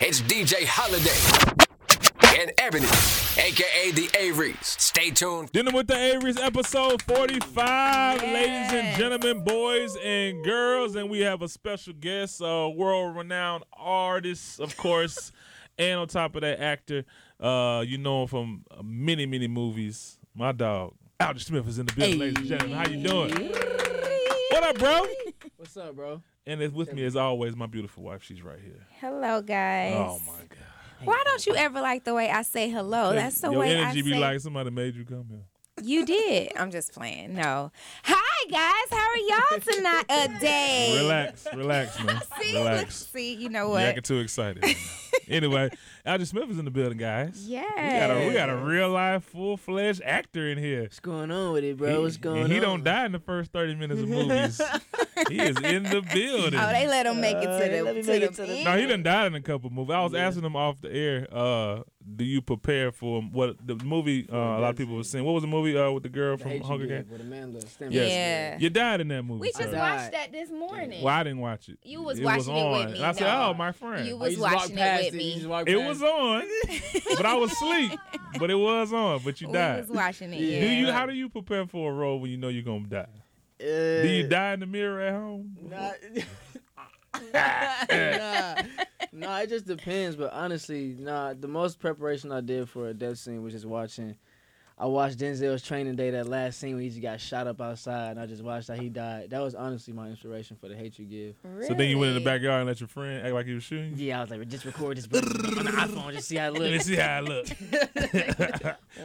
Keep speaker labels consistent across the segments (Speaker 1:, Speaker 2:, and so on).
Speaker 1: It's DJ Holiday and Ebony, aka the Aries. Stay tuned.
Speaker 2: Dealing with the Avery's episode 45, ladies and
Speaker 3: Yes.
Speaker 2: gentlemen, boys and girls. And we have a special guest, a world renowned artist, of course, and on top of that, actor. Uh, you know him from many, many movies. My dog, Aldrich Smith, is in the building, ladies and gentlemen. How you doing? What up, bro?
Speaker 4: What's up, bro?
Speaker 2: And it's with me, as always, my beautiful wife. She's right here.
Speaker 3: Hello, guys.
Speaker 2: Oh, my God.
Speaker 3: Why don't you ever like the way I say hello? That's the
Speaker 2: Your
Speaker 3: way
Speaker 2: energy
Speaker 3: I
Speaker 2: be
Speaker 3: say
Speaker 2: like somebody made you come here.
Speaker 3: you did. I'm just playing. No. Hi, guys. How are y'all tonight? A day.
Speaker 2: Relax, relax, man.
Speaker 3: See, look-
Speaker 2: relax.
Speaker 3: see, you know
Speaker 2: You're
Speaker 3: what?
Speaker 2: acting too excited. right now. anyway, Aldrich Smith is in the building, guys.
Speaker 3: Yeah.
Speaker 2: We got a we got a real life, full fledged actor in here.
Speaker 4: What's going on with it, bro? What's
Speaker 2: He-
Speaker 4: going on?
Speaker 2: He don't die in the first thirty minutes of movies. he is in the building.
Speaker 3: Oh, they let him make it
Speaker 4: Uh, they
Speaker 3: to
Speaker 4: let
Speaker 3: the
Speaker 4: me
Speaker 3: to
Speaker 4: make
Speaker 3: the,
Speaker 4: it to the-
Speaker 3: end?
Speaker 2: no, he done died in a couple movies. I was
Speaker 4: Yeah.
Speaker 2: asking him off the air, uh, do you prepare for what the movie uh, a lot of people were saying. What was the movie uh, with the girl
Speaker 4: The
Speaker 2: from
Speaker 4: H you
Speaker 2: Hunger
Speaker 4: did
Speaker 2: Games?
Speaker 4: With Amanda. Stanford.
Speaker 3: Yes. Yeah.
Speaker 2: You died in that movie.
Speaker 3: We just
Speaker 2: sir.
Speaker 4: died.
Speaker 3: watched that this morning.
Speaker 2: Well, I didn't watch it.
Speaker 3: You was
Speaker 2: it was
Speaker 3: watching it with
Speaker 2: on.
Speaker 3: me,
Speaker 2: And I said,
Speaker 3: no.
Speaker 2: Oh, my friend.
Speaker 3: You
Speaker 4: Oh,
Speaker 3: was
Speaker 4: you just walked
Speaker 3: watching it
Speaker 4: past
Speaker 3: with
Speaker 4: You just
Speaker 3: me.
Speaker 4: walked
Speaker 2: It
Speaker 4: past
Speaker 2: was on, but I was asleep. But it was on. But you
Speaker 3: We
Speaker 2: died.
Speaker 3: was watching it.
Speaker 4: Yeah.
Speaker 2: Do you?
Speaker 3: yeah.
Speaker 2: How do you prepare for a role when you know you're gonna die?
Speaker 4: Uh,
Speaker 2: Do you die in the mirror at home?
Speaker 4: Nah, nah, nah, it just depends. But honestly, nah, the most preparation I did for a death scene was just watching. I watched Denzel's training day, that last scene when he just got shot up outside, and I just watched how he died. That was honestly my inspiration for the hate you give.
Speaker 3: Really?
Speaker 2: So then you went in the backyard and let your friend act like he was shooting. you?
Speaker 4: Yeah, I was like, just record this on the iPhone, just see how it
Speaker 2: Let me
Speaker 4: looks.
Speaker 2: see how I look.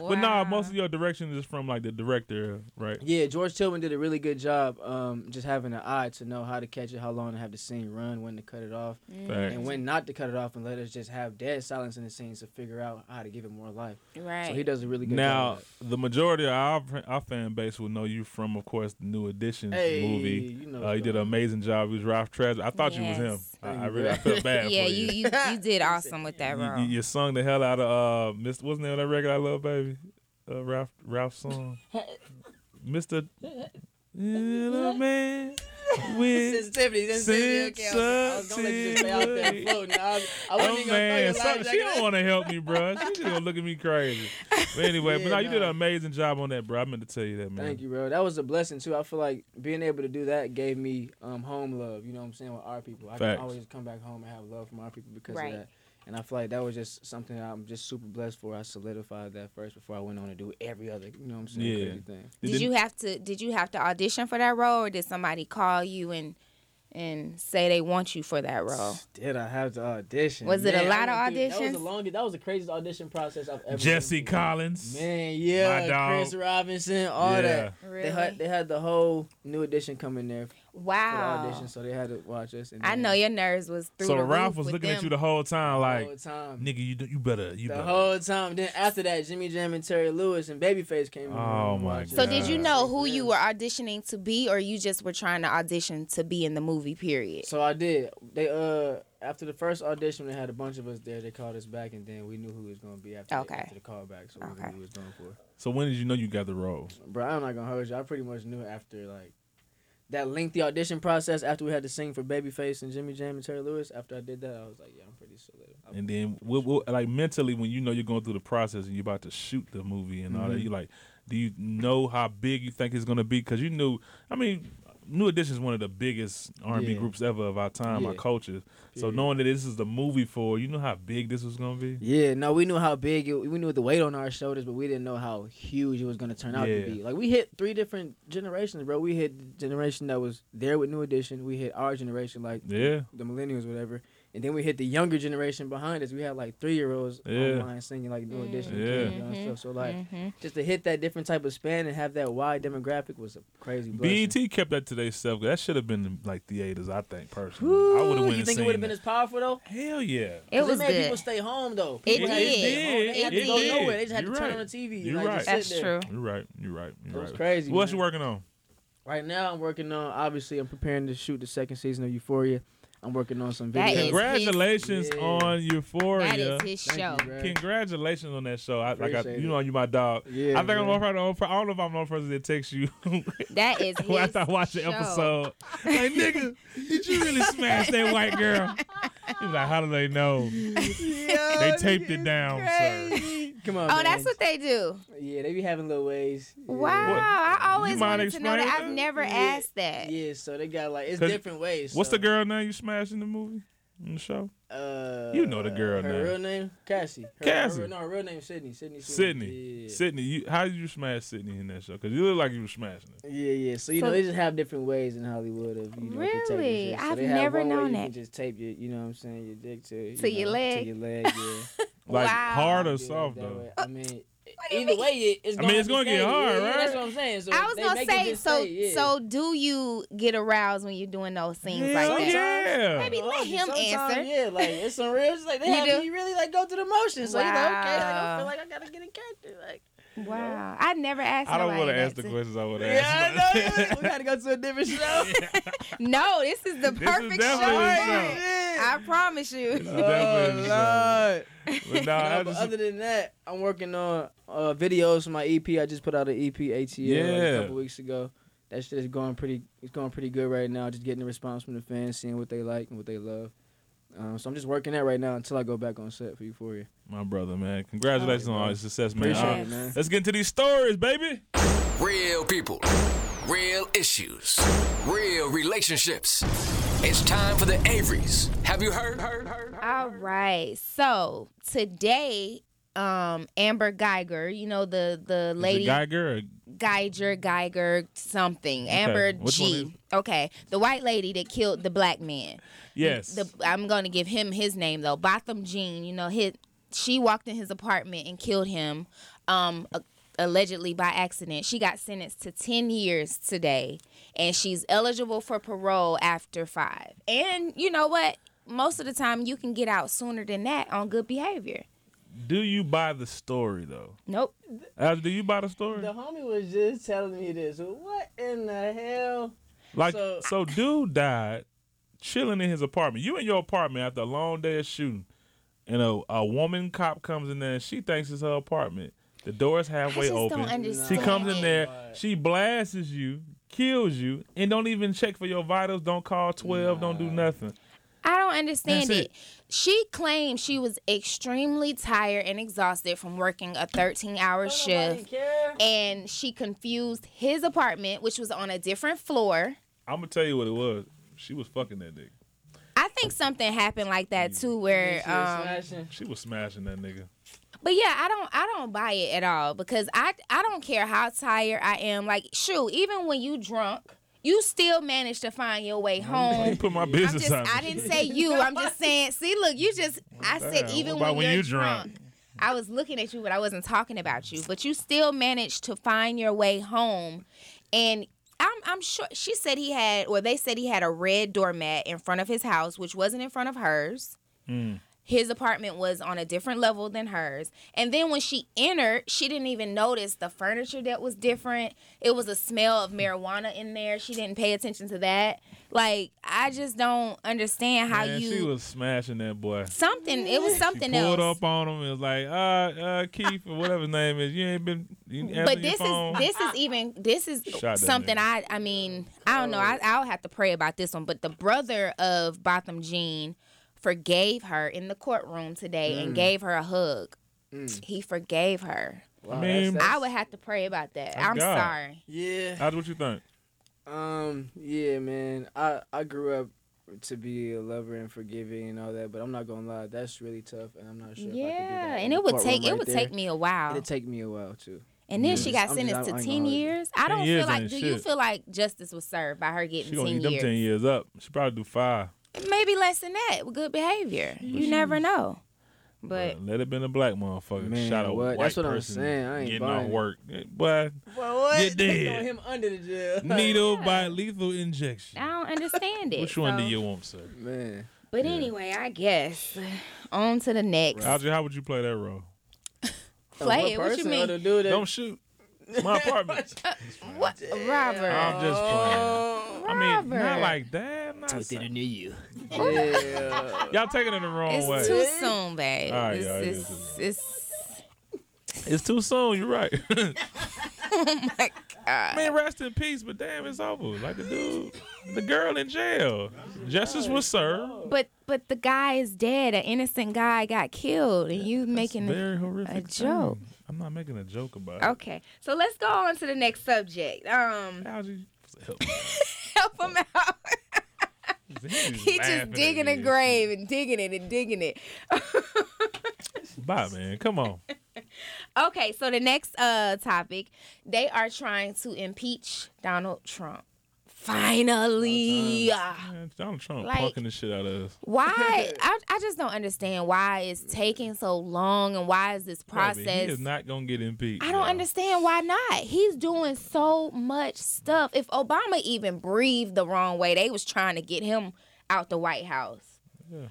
Speaker 2: But nah, most of your direction is from like the director, right?
Speaker 4: Yeah, George Tillman did a really good job um, just having an eye to know how to catch it, how long to have the scene run, when to cut it off,
Speaker 2: Facts.
Speaker 4: and when not to cut it off, and let us just have dead silence in the scenes to figure out how to give it more life.
Speaker 3: right.
Speaker 4: So he does a really good
Speaker 2: Now,
Speaker 4: job.
Speaker 2: the majority of our, our fan base will know you from, of course, the New Edition
Speaker 4: Hey,
Speaker 2: movie.
Speaker 4: you know
Speaker 2: uh, you did an amazing job. He was Ralph Tresvant. I thought you was him.
Speaker 3: Yes.
Speaker 2: I, I really I felt bad
Speaker 3: yeah,
Speaker 2: for you.
Speaker 3: you you you did awesome with that
Speaker 2: You-
Speaker 3: role.
Speaker 2: you, you sung the hell out of uh, Mr. What's the name of that record I love, baby? Uh, Ralph Ralph song. Mr. Little man with
Speaker 4: Sensitivity,
Speaker 2: sensitivity, okay, I
Speaker 4: Oh,
Speaker 2: was- I was gonna let you just lay out there and float,
Speaker 4: I,
Speaker 2: oh man, so, she don't want to help me, bro. She just gonna look at me crazy. But anyway, but
Speaker 4: Yeah,
Speaker 2: now you did an
Speaker 4: nah.
Speaker 2: amazing job on that, bro. I meant to tell you that, man.
Speaker 4: Thank you, bro. That was a blessing too. I feel like being able to do that gave me um, home love. You know what I'm saying with our people. I
Speaker 2: Facts.
Speaker 4: can always come back home and have love from our people because
Speaker 3: Right.
Speaker 4: of that. And I feel like that was just something that I'm just super blessed for. I solidified that first before I went on to do every other, you know what I'm saying,
Speaker 2: Yeah.
Speaker 4: crazy thing.
Speaker 2: It
Speaker 3: Did
Speaker 2: didn't-
Speaker 3: you have to did you have to audition for that role or did somebody call you and and say they want you for that role?
Speaker 4: Did I have to audition?
Speaker 3: Was it a
Speaker 4: I
Speaker 3: lot of
Speaker 4: went through- That was
Speaker 3: auditions?
Speaker 4: the longest. That was the craziest audition process I've ever.
Speaker 2: Jesse
Speaker 4: been through.
Speaker 2: Collins.
Speaker 4: Man, yeah,
Speaker 2: My dog.
Speaker 4: Chris Robinson, all
Speaker 2: Yeah.
Speaker 4: that. They
Speaker 3: Really?
Speaker 4: had they had the whole new edition coming there for the
Speaker 3: Wow.
Speaker 4: audition, so they had to watch us. And
Speaker 3: I
Speaker 4: then
Speaker 3: know your nerves was through
Speaker 2: So
Speaker 3: the
Speaker 2: Ralph
Speaker 3: roof
Speaker 2: was
Speaker 3: with
Speaker 2: looking at
Speaker 3: them.
Speaker 2: you the whole time,
Speaker 4: the
Speaker 2: like,
Speaker 4: whole time.
Speaker 2: nigga, you you better, you
Speaker 4: Oh, The
Speaker 2: better.
Speaker 4: whole time. Then after that, Jimmy Jam and Terry Lewis and Babyface came. in
Speaker 2: Oh,
Speaker 4: and
Speaker 2: my
Speaker 4: watched it.
Speaker 3: So did you
Speaker 2: Yeah.
Speaker 3: know who you were auditioning to be or you just were trying to audition to be in the movie period?
Speaker 4: So I did. They uh after the first audition, they had a bunch of us there. They called us back, and then we knew who was gonna be after,
Speaker 3: Okay.
Speaker 4: the, after the callback. So we
Speaker 3: Okay.
Speaker 4: knew who we was going for.
Speaker 2: so when did you know you got the role?
Speaker 4: Bro, I'm not gonna hold you. I pretty much knew after like that lengthy audition process after we had to sing for Babyface and Jimmy Jam and Terry Lewis. After I did that, I was like, yeah, I'm pretty solid. I'm-
Speaker 2: And then, what, what, like mentally, when you know you're going through the process and you're about to shoot the movie and all that,
Speaker 4: Mhm.
Speaker 2: you like, do you know how big you think it's going to be? Because you knew, I mean, New Edition is one of the biggest R&B
Speaker 4: Yeah.
Speaker 2: groups ever of our time, our
Speaker 4: Yeah.
Speaker 2: culture. So
Speaker 4: Period.
Speaker 2: knowing that this is the movie for, you know how big this was going to be.
Speaker 4: Yeah, no, we knew how big it, we knew the weight on our shoulders, but we didn't know how huge it was gonna turn out
Speaker 2: Yeah.
Speaker 4: to be. Like we hit three different generations, bro. We hit the generation that was there with New Edition. We hit our generation, like
Speaker 2: Yeah,
Speaker 4: the millennials, whatever. And then we hit the younger generation behind us. We had like three year olds
Speaker 2: Yeah.
Speaker 4: online singing like New Edition,
Speaker 2: Yeah.
Speaker 4: Kendrick Lamar and stuff. So like, just to hit that different type of span and have that wide demographic was a crazy. blessing.
Speaker 2: BET E kept that to themselves. That should have been like theaters, I think personally. I would
Speaker 4: Woo,
Speaker 2: have went
Speaker 4: You
Speaker 2: and
Speaker 4: think it
Speaker 2: seen
Speaker 4: would have been
Speaker 2: that.
Speaker 4: as powerful though?
Speaker 2: Hell yeah.
Speaker 3: It
Speaker 4: 'Cause
Speaker 3: was
Speaker 4: made people
Speaker 3: good.
Speaker 4: stay home though.
Speaker 3: It
Speaker 4: People had to
Speaker 3: did.
Speaker 4: stay home. They
Speaker 2: It
Speaker 4: had to go
Speaker 2: did.
Speaker 4: nowhere. They just had
Speaker 2: You're
Speaker 4: to turn
Speaker 2: right.
Speaker 4: on the TV.
Speaker 2: You're
Speaker 4: like, just
Speaker 2: right.
Speaker 4: sit
Speaker 3: That's
Speaker 4: there.
Speaker 3: true.
Speaker 2: You're right. You're right. You're
Speaker 4: That was
Speaker 2: right.
Speaker 4: crazy,
Speaker 2: What else
Speaker 4: man.
Speaker 2: you working on?
Speaker 4: Right now, I'm working on. Obviously, I'm preparing to shoot the second season of Euphoria. I'm working on some
Speaker 3: That
Speaker 4: videos.
Speaker 3: is-
Speaker 2: Congratulations
Speaker 4: Yeah.
Speaker 2: on Euphoria.
Speaker 3: That is his
Speaker 4: Thank you,
Speaker 3: show.
Speaker 4: bro.
Speaker 2: Congratulations on that show. I, like I,
Speaker 4: Appreciate
Speaker 2: you
Speaker 4: it.
Speaker 2: know, you my dog.
Speaker 4: Yeah,
Speaker 2: I think I'm
Speaker 4: man.
Speaker 2: the only person. I don't know if I'm the only person that texts you
Speaker 3: That is his
Speaker 2: after I watch the
Speaker 3: show.
Speaker 2: episode. Like, nigga, did you really smash that white girl? He was like, how do they know? They taped it down, sir.
Speaker 4: Come on.
Speaker 3: Oh,
Speaker 4: man.
Speaker 3: that's what they do.
Speaker 4: Yeah, they be having little ways. Yeah.
Speaker 3: Wow, I always
Speaker 2: mind
Speaker 3: wanted to know that.
Speaker 2: explaining
Speaker 3: I've
Speaker 2: that?
Speaker 3: never
Speaker 4: Yeah.
Speaker 3: asked that.
Speaker 4: Yeah, so they got like it's
Speaker 2: 'Cause
Speaker 4: different ways.
Speaker 2: What's
Speaker 4: so,
Speaker 2: the girl name you smashed in the movie? In the show?
Speaker 4: Uh,
Speaker 2: You know the girl
Speaker 4: her
Speaker 2: name.
Speaker 4: real name Cassie. Her,
Speaker 2: Cassie.
Speaker 4: Her, no, her real name Sydney. Sydney.
Speaker 2: Sydney.
Speaker 4: Yeah.
Speaker 2: Sydney, you, how did you smash Sydney in that show? Because you look like you were smashing it.
Speaker 4: Yeah, yeah. So you
Speaker 3: So-
Speaker 4: know they just have different ways in Hollywood of you know
Speaker 3: Really?
Speaker 4: protecting shit. So
Speaker 3: I've
Speaker 4: they have
Speaker 2: never
Speaker 3: never
Speaker 4: one way
Speaker 3: known
Speaker 4: you
Speaker 3: that.
Speaker 4: Can just tape your, you know what I'm saying, your dick to you
Speaker 3: To your
Speaker 4: know,
Speaker 3: leg. Uh,
Speaker 4: To your leg, yeah.
Speaker 2: Like
Speaker 3: Wow.
Speaker 2: hard
Speaker 4: Yeah,
Speaker 2: or soft
Speaker 4: that
Speaker 2: though.
Speaker 4: way. I mean,
Speaker 3: do you
Speaker 4: either way, it- it's
Speaker 2: I
Speaker 4: gonna
Speaker 2: mean, it's
Speaker 4: be
Speaker 2: gonna get
Speaker 4: safe.
Speaker 2: hard,
Speaker 4: Yeah, yeah, That's
Speaker 2: right?
Speaker 4: what I'm saying. So
Speaker 3: I was
Speaker 4: they
Speaker 3: gonna
Speaker 4: make it
Speaker 3: say,
Speaker 4: just
Speaker 3: so
Speaker 4: safe, yeah.
Speaker 3: so do you get aroused when you're doing those things
Speaker 2: Hell
Speaker 3: like that?
Speaker 2: yeah.
Speaker 3: Maybe-
Speaker 4: Well,
Speaker 3: let him
Speaker 4: sometimes,
Speaker 3: answer.
Speaker 4: Yeah, like it's some real. It's like they
Speaker 3: You
Speaker 4: have
Speaker 3: do?
Speaker 4: you really like go through the motions. So you're like, okay, like, I
Speaker 3: Wow.
Speaker 4: feel like I gotta get in character. Like,
Speaker 3: Wow, I never asked.
Speaker 2: I don't
Speaker 3: want to
Speaker 2: ask the questions I would ask.
Speaker 4: yeah, I know.
Speaker 2: but-
Speaker 4: we gotta go to a different show.
Speaker 3: No, this is the
Speaker 2: This is
Speaker 3: perfect
Speaker 2: definitely
Speaker 3: show.
Speaker 2: the show.
Speaker 3: I promise
Speaker 2: This is
Speaker 3: you.
Speaker 2: definitely the
Speaker 4: Oh, Lord.
Speaker 2: show. But nah,
Speaker 4: Nah,
Speaker 2: I
Speaker 4: but
Speaker 2: just-
Speaker 4: other than that, I'm working on uh, videos for my EP. I just put out an EP ATL
Speaker 2: Yeah.
Speaker 4: like, a couple weeks ago. That shit is going pretty. It's going pretty good right now. Just getting the response from the fans, seeing what they like and what they love. Um, so I'm just working that right now until I go back on set for Euphoria.
Speaker 2: my brother, man. Congratulations
Speaker 4: Alright,
Speaker 2: on all
Speaker 4: bro.
Speaker 2: your success, man.
Speaker 4: Appreciate
Speaker 2: Alright,
Speaker 4: it, man.
Speaker 2: Let's get into these stories, baby.
Speaker 1: Real people, real issues, real relationships. It's time for the Averys. Have you heard? Heard? Heard? heard?
Speaker 3: All right, so today, um, Amber Geiger, you know the the
Speaker 2: Is it
Speaker 3: lady
Speaker 2: Geiger or
Speaker 3: Geiger, Geiger, something. Amber
Speaker 2: Which one
Speaker 3: G. Okay, the white lady that killed the black man.
Speaker 2: Yes.
Speaker 3: The, I'm going to give him his name though. Botham Jean. You know, his, she walked in his apartment and killed him, um, a- allegedly by accident. She got sentenced to 10 years today, and she's eligible for parole after five. And you know what? Most of the time, you can get out sooner than that on good behavior.
Speaker 2: do you buy the story though?
Speaker 3: Nope.
Speaker 2: Al, do you buy the story?
Speaker 4: The homie was just telling me this. What in the hell?
Speaker 2: like so,
Speaker 4: so-
Speaker 2: dude died chilling in his apartment. You in your apartment after a long day of shooting, and a, a woman cop comes in there and she thinks it's her apartment. The door is halfway
Speaker 3: just don't
Speaker 2: open. she
Speaker 3: understand
Speaker 2: comes in
Speaker 3: it.
Speaker 2: there, she blasts you, kills you, and don't even check for your vitals, don't call twelve, don't do nothing.
Speaker 3: I don't understand
Speaker 2: That's
Speaker 3: it. She claimed she was extremely tired and exhausted from working a 13 hour
Speaker 4: Nobody
Speaker 3: shift.
Speaker 4: care.
Speaker 3: And she confused his apartment, which was on a different floor.
Speaker 2: I'm gonna tell you what it was. She was fucking that nigga.
Speaker 3: I think something happened like that
Speaker 2: Mm.
Speaker 3: too, where
Speaker 4: She was
Speaker 3: um,
Speaker 4: smashing.
Speaker 2: She was smashing that nigga.
Speaker 3: but yeah, I don't, I don't buy it at all because I, I don't care how tired I am. Like, shoot, even when you drunk, you still manage to find your way
Speaker 2: You
Speaker 3: home.
Speaker 2: put my
Speaker 3: I'm
Speaker 2: business
Speaker 3: just,
Speaker 2: out.
Speaker 3: I didn't say you. I'm just saying. See, look, you just. I said
Speaker 2: Damn,
Speaker 3: even
Speaker 2: what about
Speaker 3: when,
Speaker 2: when
Speaker 3: you're
Speaker 2: you drunk?
Speaker 3: drunk, I was looking at you, but I wasn't talking about you. But you still managed to find your way home, and I'm I'm sure she said he had, or they said he had a red doormat in front of his house, which wasn't in front of hers.
Speaker 2: Hmm.
Speaker 3: His apartment was on a different level than hers. And then when she entered, she didn't even notice the furniture that was different. It was a smell of marijuana in there. She didn't pay attention to that. Like, I just don't understand how
Speaker 2: Man,
Speaker 3: you.
Speaker 2: she was smashing that boy.
Speaker 3: something. It was something
Speaker 2: she pulled
Speaker 3: else.
Speaker 2: up on him and was like, uh, uh, Keith or whatever his name is, you ain't been you ain't answering
Speaker 3: But
Speaker 2: your
Speaker 3: this
Speaker 2: phone.
Speaker 3: is this is even this is
Speaker 2: Shot that
Speaker 3: something
Speaker 2: nigga.
Speaker 3: I I mean I don't know I I'll have to pray about this one. But the brother of Botham Jean forgave her in the courtroom today
Speaker 4: Mm.
Speaker 3: and gave her a hug. He forgave her.
Speaker 4: Wow,
Speaker 2: I mean-
Speaker 3: I would have to pray about that.
Speaker 2: Thank
Speaker 3: I'm
Speaker 2: God.
Speaker 3: sorry.
Speaker 4: Yeah.
Speaker 2: How's what you think?
Speaker 4: Um, yeah, man. I I grew up to be a lover and forgiving and all that, but I'm not gonna lie, that's really tough, and I'm not sure. if I could do
Speaker 3: Yeah,
Speaker 4: that in
Speaker 3: and
Speaker 4: the
Speaker 3: it would
Speaker 4: courtroom
Speaker 3: take it
Speaker 4: right
Speaker 3: would
Speaker 4: there.
Speaker 3: take me a while.
Speaker 4: It'd take me a while too.
Speaker 3: and then she
Speaker 4: Yeah.
Speaker 3: got
Speaker 4: I'm just-
Speaker 3: sentenced
Speaker 4: I
Speaker 3: to
Speaker 4: ain't
Speaker 3: ten
Speaker 4: gonna hold you.
Speaker 3: years.
Speaker 2: 10
Speaker 3: I don't
Speaker 2: years
Speaker 3: feel like.
Speaker 2: ain't
Speaker 3: Do you
Speaker 2: shit.
Speaker 3: feel like justice was served by her getting
Speaker 2: She gonna eat
Speaker 3: ten
Speaker 2: them
Speaker 3: years?
Speaker 2: ten years up. She probably do five.
Speaker 3: Maybe less than that with good behavior. You never know. But
Speaker 2: Bruh, let it been a black motherfucker.
Speaker 4: Man,
Speaker 2: Shot a white
Speaker 4: what? That's what I'm
Speaker 2: person
Speaker 4: saying. I ain't
Speaker 2: getting off
Speaker 4: buying it.
Speaker 2: work. Eh, Boy,
Speaker 4: Well, what?
Speaker 2: You They throw did.
Speaker 4: him under the jail.
Speaker 2: needle by lethal injection.
Speaker 3: I don't understand it.
Speaker 2: Which one do
Speaker 3: so-
Speaker 2: you want, sir?
Speaker 4: Man,
Speaker 3: But anyway, I guess on to the next.
Speaker 2: Algie, how would you play that role?
Speaker 3: Play
Speaker 4: One
Speaker 3: it, what you
Speaker 4: person
Speaker 3: mean?
Speaker 4: ought to do that.
Speaker 2: Don't shoot. It's my apartment.
Speaker 3: What, Robert?
Speaker 2: I'm just playing. I mean, not
Speaker 3: Oh, Robert.
Speaker 2: like that. Not so-
Speaker 4: knew you. Yeah.
Speaker 2: Y'all taking it the wrong
Speaker 3: it's
Speaker 2: way.
Speaker 3: too soon, babe.
Speaker 2: All right,
Speaker 3: it's,
Speaker 2: yeah, it is
Speaker 3: it's, it's,
Speaker 2: it's too soon. You're right.
Speaker 3: oh my God.
Speaker 2: I mean, rest in peace, but damn, it's over. Like the dude, the girl in jail. Justice was served.
Speaker 3: But but the guy is dead. An innocent guy got killed, and you making a-
Speaker 2: Very horrific.
Speaker 3: a
Speaker 2: thing.
Speaker 3: joke.
Speaker 2: I'm not making a joke about it.
Speaker 3: Okay, so let's go on to the next subject. Um,
Speaker 2: Algie, help.
Speaker 3: help him out. He just
Speaker 2: laughing
Speaker 3: digging
Speaker 2: at
Speaker 3: a
Speaker 2: me.
Speaker 3: grave and digging it and digging it.
Speaker 2: Bye, man. Come on.
Speaker 3: Okay, so the next uh topic, they are trying to impeach Donald Trump. Finally. Ah.
Speaker 2: Man, Donald Trump
Speaker 3: Like-
Speaker 2: punking the shit out of us.
Speaker 3: Why? I, I just don't understand why it's taking so long and why is this
Speaker 2: Baby,
Speaker 3: process?
Speaker 2: He is not gonna get impeached.
Speaker 3: I don't
Speaker 2: y'all.
Speaker 3: understand why not. He's doing so much stuff. If Obama even breathed the wrong way, they was trying to get him out the White House.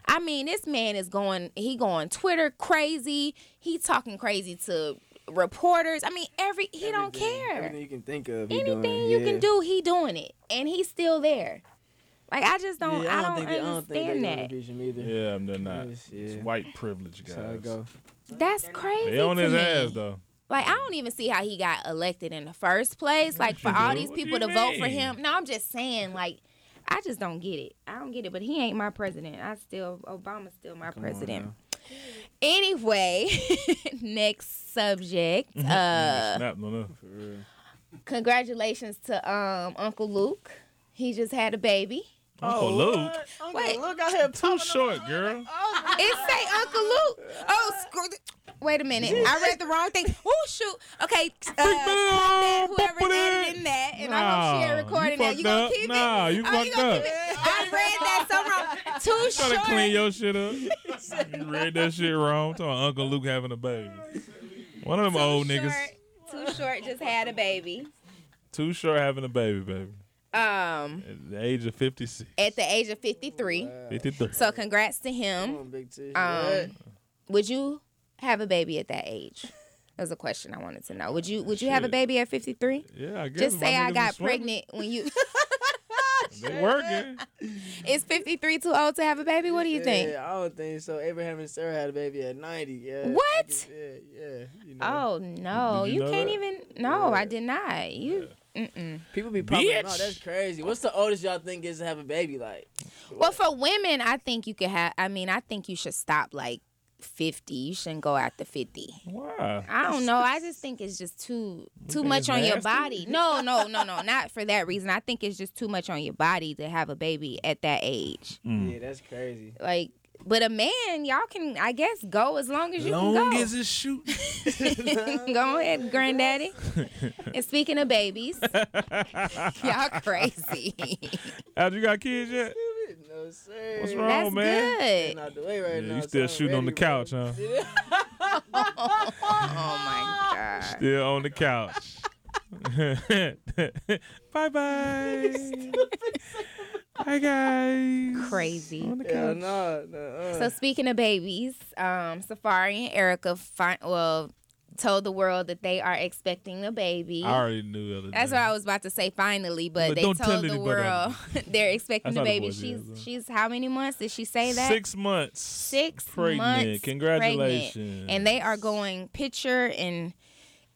Speaker 3: I mean, this man is going he going Twitter crazy. He talking crazy to reporters. I mean, every he don't
Speaker 4: Everything-
Speaker 3: care.
Speaker 4: Everything you can think of. he
Speaker 3: Anything
Speaker 4: doing,
Speaker 3: you
Speaker 4: yeah.
Speaker 3: can do, he doing it. And he's still there. Like I just don't
Speaker 4: Yeah,
Speaker 3: I don't,
Speaker 4: think they-
Speaker 3: understand that.
Speaker 4: I don't think they gonna impeach him either.
Speaker 2: Yeah, they're not.
Speaker 4: Yes,
Speaker 2: It's
Speaker 4: yeah.
Speaker 2: white privilege,
Speaker 4: That's how
Speaker 2: guys.
Speaker 4: it go.
Speaker 3: That's crazy.
Speaker 2: They on
Speaker 3: to
Speaker 2: his
Speaker 3: me.
Speaker 2: ass though.
Speaker 3: Like I don't even see how he got elected in the first place. Like for
Speaker 2: you
Speaker 3: all
Speaker 2: do?
Speaker 3: these
Speaker 2: What do
Speaker 3: people to
Speaker 2: you
Speaker 3: vote for
Speaker 2: mean?
Speaker 3: him. No, I'm just saying. Like I just don't get it. I don't get it. But he ain't my president. I still Obama's still my
Speaker 4: Come on
Speaker 3: president.
Speaker 4: now.
Speaker 3: Anyway, next subject.
Speaker 2: Mm-hmm. He
Speaker 3: Uh,
Speaker 2: snapped on us.
Speaker 4: For real.
Speaker 3: congratulations to um Uncle Luke. He just had a baby. Oh,
Speaker 2: Uncle Luke.
Speaker 3: Wait.
Speaker 4: Uncle Luke out here
Speaker 2: Too short, girl.
Speaker 3: It say Uncle Luke. Oh, screw. th- Wait a minute. I read the wrong thing. Oh shoot. Okay. Uh, that, whoever edited in that, and I hope she
Speaker 2: Nah,
Speaker 3: ain't recording
Speaker 2: you
Speaker 3: that. You
Speaker 2: fucked
Speaker 3: gonna
Speaker 2: up.
Speaker 3: keep
Speaker 2: Nah,
Speaker 3: it?
Speaker 2: you
Speaker 3: oh, you
Speaker 2: fucked
Speaker 3: gonna
Speaker 2: up.
Speaker 3: keep it? I read that so wrong. Too
Speaker 2: Trying to
Speaker 3: short.
Speaker 2: clean your shit up. you read that shit wrong. Talking about Uncle Luke having a baby. One of them
Speaker 3: Too
Speaker 2: old
Speaker 3: short.
Speaker 2: niggas.
Speaker 3: Too short just had a baby.
Speaker 2: Too short having a baby, baby.
Speaker 3: Um,
Speaker 2: At the age of 56.
Speaker 3: at the age of 53.
Speaker 2: 53.
Speaker 3: So congrats to
Speaker 4: Come
Speaker 2: Oh,
Speaker 3: him.
Speaker 4: on, Big T.
Speaker 3: Um, would you have a baby at that age? That was a question I wanted to know. Would you Would you have a
Speaker 2: Shit.
Speaker 3: baby at 53?
Speaker 2: yeah, I guess.
Speaker 3: Just
Speaker 2: if my
Speaker 3: say I
Speaker 2: niggas
Speaker 3: got
Speaker 2: was swimming,
Speaker 3: pregnant when you.
Speaker 2: They working.
Speaker 3: Is 53 too old to have a baby? What do you think?
Speaker 4: Yeah, I don't think so. Abraham and Sarah had a baby at 90. Yeah.
Speaker 3: What?
Speaker 4: Yeah, yeah. You know.
Speaker 3: Oh no,
Speaker 2: Did
Speaker 3: you,
Speaker 2: you know
Speaker 3: can't
Speaker 2: that?
Speaker 3: even. No,
Speaker 4: Yeah.
Speaker 3: I did not. You. Mm-mm.
Speaker 4: People be popping out.
Speaker 2: Bitch.
Speaker 4: That's crazy. What's the oldest y'all think is to have a baby like?
Speaker 3: Well, for women, I think you could have. I mean, I think you should stop like 50. You shouldn't go after 50.
Speaker 2: Why?
Speaker 3: I don't know. I just think it's just too too
Speaker 2: think
Speaker 3: much
Speaker 2: it's
Speaker 3: on your
Speaker 2: nasty?
Speaker 3: body. No, no, no, no. Not for that reason. I think it's just too much on your body to have a baby at that age.
Speaker 2: Mm.
Speaker 4: Yeah, that's crazy.
Speaker 3: Like, but a man, y'all can, I guess, go as long as you can go.
Speaker 2: it shoot.
Speaker 3: Go ahead, granddaddy. and speaking of babies, y'all crazy.
Speaker 2: Have you got kids yet?
Speaker 4: no, sir.
Speaker 2: What's wrong?
Speaker 3: That's
Speaker 2: man. uh,
Speaker 3: good.
Speaker 4: It's not the way right
Speaker 2: Yeah,
Speaker 4: now.
Speaker 2: you still
Speaker 4: so I'm
Speaker 2: shooting on the
Speaker 4: ready,
Speaker 2: couch,
Speaker 4: bro.
Speaker 2: huh?
Speaker 3: Oh my god.
Speaker 2: Still on the couch. bye bye. Hi guys.
Speaker 3: Crazy.
Speaker 2: On the
Speaker 4: Yeah,
Speaker 2: couch.
Speaker 4: no, no. Uh.
Speaker 3: So speaking of babies, um, Safari and Erica fi- well told the world that they are expecting a baby.
Speaker 2: I already knew the other
Speaker 3: That's
Speaker 2: day.
Speaker 3: what I was about to say finally, but,
Speaker 2: But
Speaker 3: they
Speaker 2: don't tell
Speaker 3: told the
Speaker 2: anybody.
Speaker 3: world they're expecting
Speaker 2: That's
Speaker 3: a
Speaker 2: how the
Speaker 3: baby.
Speaker 2: boys is,
Speaker 3: She's
Speaker 2: though.
Speaker 3: she's how many months did she say that?
Speaker 2: Six months.
Speaker 3: six
Speaker 2: pregnant.
Speaker 3: months
Speaker 2: Congratulations.
Speaker 3: pregnant. and they are going picture and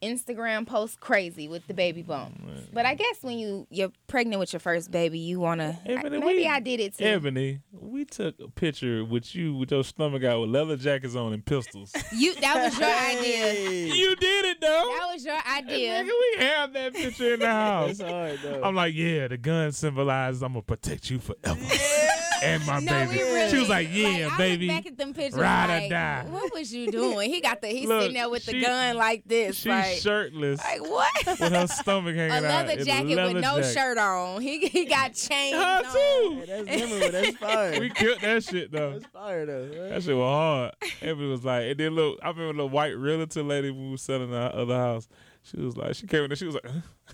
Speaker 3: instagram post crazy with the baby bump
Speaker 2: Oh,
Speaker 3: but i guess when you you're pregnant with your first baby you want to
Speaker 2: Ebony,
Speaker 3: maybe
Speaker 2: we-
Speaker 3: i did it too
Speaker 2: Ebony, we took a picture with you with your stomach out with leather jackets on and pistols.
Speaker 3: you that was your idea
Speaker 4: Hey.
Speaker 2: you did it though.
Speaker 3: that was your
Speaker 2: Nigga,
Speaker 3: idea
Speaker 2: we have that picture in the house.
Speaker 4: It's hard though.
Speaker 2: I'm like, yeah, the gun symbolizes I'm gonna protect you forever and my
Speaker 3: no,
Speaker 2: baby.
Speaker 3: we really,
Speaker 2: she was like, yeah,
Speaker 3: I look
Speaker 2: baby.
Speaker 3: back at them pictures,
Speaker 2: Ride or
Speaker 3: like,
Speaker 2: die.
Speaker 3: What was you doing? He got the he's
Speaker 2: Look,
Speaker 3: sitting there with the
Speaker 2: she-
Speaker 3: gun like this,
Speaker 2: She's
Speaker 3: like,
Speaker 2: shirtless
Speaker 3: like what?
Speaker 2: with her stomach hanging
Speaker 3: A
Speaker 2: out.
Speaker 3: leather
Speaker 2: It's a
Speaker 3: jacket
Speaker 2: leather
Speaker 3: with no
Speaker 2: jacket.
Speaker 3: shirt on. He he got chains.
Speaker 2: Her
Speaker 3: on.
Speaker 4: Yeah,
Speaker 2: too.
Speaker 4: that's memorable. That's fire.
Speaker 2: We killed that shit though.
Speaker 4: That's fire though.
Speaker 2: That shit was hard. Everybody was like, and then look, I remember the white realtor lady when we was selling the other house. She was like, she came in and she was like,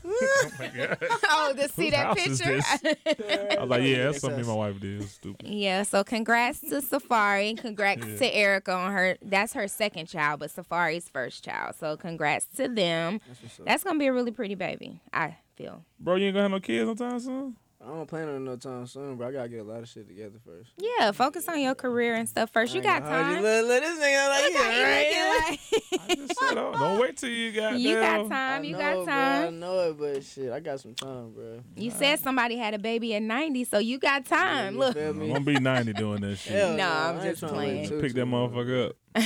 Speaker 2: oh my god.
Speaker 3: oh, to see
Speaker 2: Whose
Speaker 3: that
Speaker 2: house is
Speaker 3: picture.
Speaker 2: I was like, yeah, that's something
Speaker 4: us.
Speaker 2: my wife did. It was stupid.
Speaker 3: yeah. So congrats to Safari and congrats
Speaker 2: Yeah.
Speaker 3: to Erica on her. That's her second child, but Safari's first child. So congrats to them.
Speaker 4: That's what's up.
Speaker 3: That's gonna be a really pretty baby. I feel.
Speaker 2: Bro, you ain't gonna have no kids anytime soon.
Speaker 4: I don't plan on no time soon, bro. I gotta get a lot of shit together first.
Speaker 3: Yeah. Focus on your career and stuff first. You
Speaker 4: I
Speaker 3: got
Speaker 4: ain't gonna hold
Speaker 3: time.
Speaker 4: You. Look, look, this nigga like,
Speaker 3: Look how
Speaker 4: yeah,
Speaker 3: you
Speaker 4: right?
Speaker 3: looking, like-
Speaker 2: I just said, oh, Don't wait till you got
Speaker 3: You
Speaker 2: there.
Speaker 3: got time.
Speaker 4: I
Speaker 3: You
Speaker 4: know
Speaker 3: got
Speaker 4: it, bro,
Speaker 3: time.
Speaker 4: I know it, but shit, I got some time, bro.
Speaker 3: You said somebody had a baby at 90, so you got time.
Speaker 4: You
Speaker 3: Look,
Speaker 4: feel
Speaker 2: I'm
Speaker 4: me?
Speaker 2: gonna be 90 doing that shit.
Speaker 4: Hell
Speaker 3: Nah, I'm
Speaker 4: I ain't
Speaker 3: just
Speaker 4: tryna wait
Speaker 3: playing.
Speaker 4: too,
Speaker 2: Pick
Speaker 4: too
Speaker 2: that
Speaker 4: long.
Speaker 2: motherfucker up.
Speaker 4: you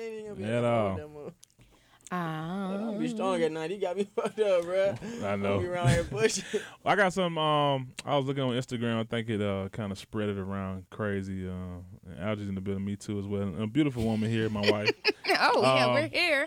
Speaker 4: ain't even gonna be
Speaker 2: At
Speaker 4: able to
Speaker 2: all.
Speaker 4: hold that mother- I'm
Speaker 3: ah,
Speaker 4: gonna be strong at night. You got me fucked up, bro.
Speaker 2: I
Speaker 4: I'll be
Speaker 2: know.
Speaker 4: around here pushing.
Speaker 2: I got some. Um, I was looking on Instagram. I think it uh kind of spread it around crazy. Uh, and Algie's in the building, me too as well. And a beautiful woman here, my wife.
Speaker 3: oh yeah,
Speaker 2: Um,
Speaker 3: we're here.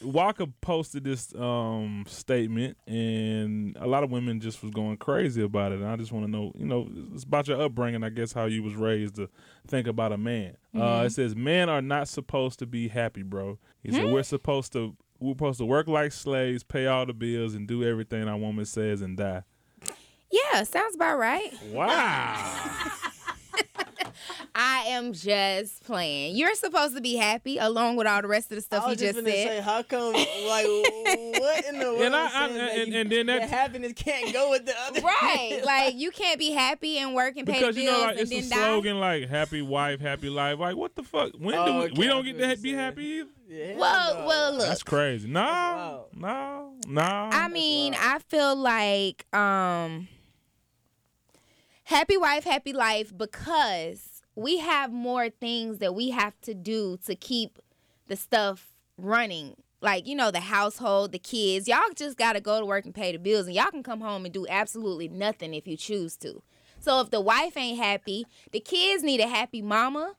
Speaker 2: Walker posted this um statement, and a lot of women just was going crazy about it. And I just want to know, you know, it's about your upbringing, I guess, how you was raised to think about a man.
Speaker 4: Mm-hmm.
Speaker 2: Uh, it says men are not supposed to be happy, bro. He
Speaker 4: Hmm?
Speaker 2: said we're supposed to we're supposed to work like slaves, pay all the bills, and do everything our woman says, and die.
Speaker 3: Yeah, sounds about right.
Speaker 2: Wow.
Speaker 3: I am just playing. You're supposed to be happy along with all the rest of the stuff
Speaker 4: I
Speaker 3: you
Speaker 4: was
Speaker 3: just
Speaker 4: just
Speaker 3: said.
Speaker 4: gonna say, how come? Like, what in the world?
Speaker 2: And I- I-
Speaker 4: saying that
Speaker 2: and-
Speaker 4: you-
Speaker 2: and then that-
Speaker 4: happiness can't go with the other.
Speaker 3: right. Like you can't be happy and work and pay
Speaker 2: because
Speaker 3: bills
Speaker 2: you know, like
Speaker 3: and
Speaker 2: it's
Speaker 3: then
Speaker 2: a
Speaker 3: die.
Speaker 2: slogan like "Happy wife, happy life." Like, what the fuck? When do
Speaker 4: Oh,
Speaker 2: we,
Speaker 4: okay,
Speaker 2: we
Speaker 4: I
Speaker 2: don't
Speaker 4: see
Speaker 2: get
Speaker 4: what
Speaker 2: to
Speaker 4: you're
Speaker 2: be
Speaker 4: saying.
Speaker 2: happy either?
Speaker 4: Yeah,
Speaker 3: Well,
Speaker 4: no.
Speaker 3: well, look.
Speaker 2: That's crazy. No,
Speaker 4: wild.
Speaker 2: no, no.
Speaker 3: I mean,
Speaker 4: wild.
Speaker 3: I feel like um happy wife, happy life because we have more things that we have to do to keep the stuff running. Like, you know, the household, the kids. Y'all just got to go to work and pay the bills and y'all can come home and do absolutely nothing if you choose to. So if the wife ain't happy, the kids need a happy mama.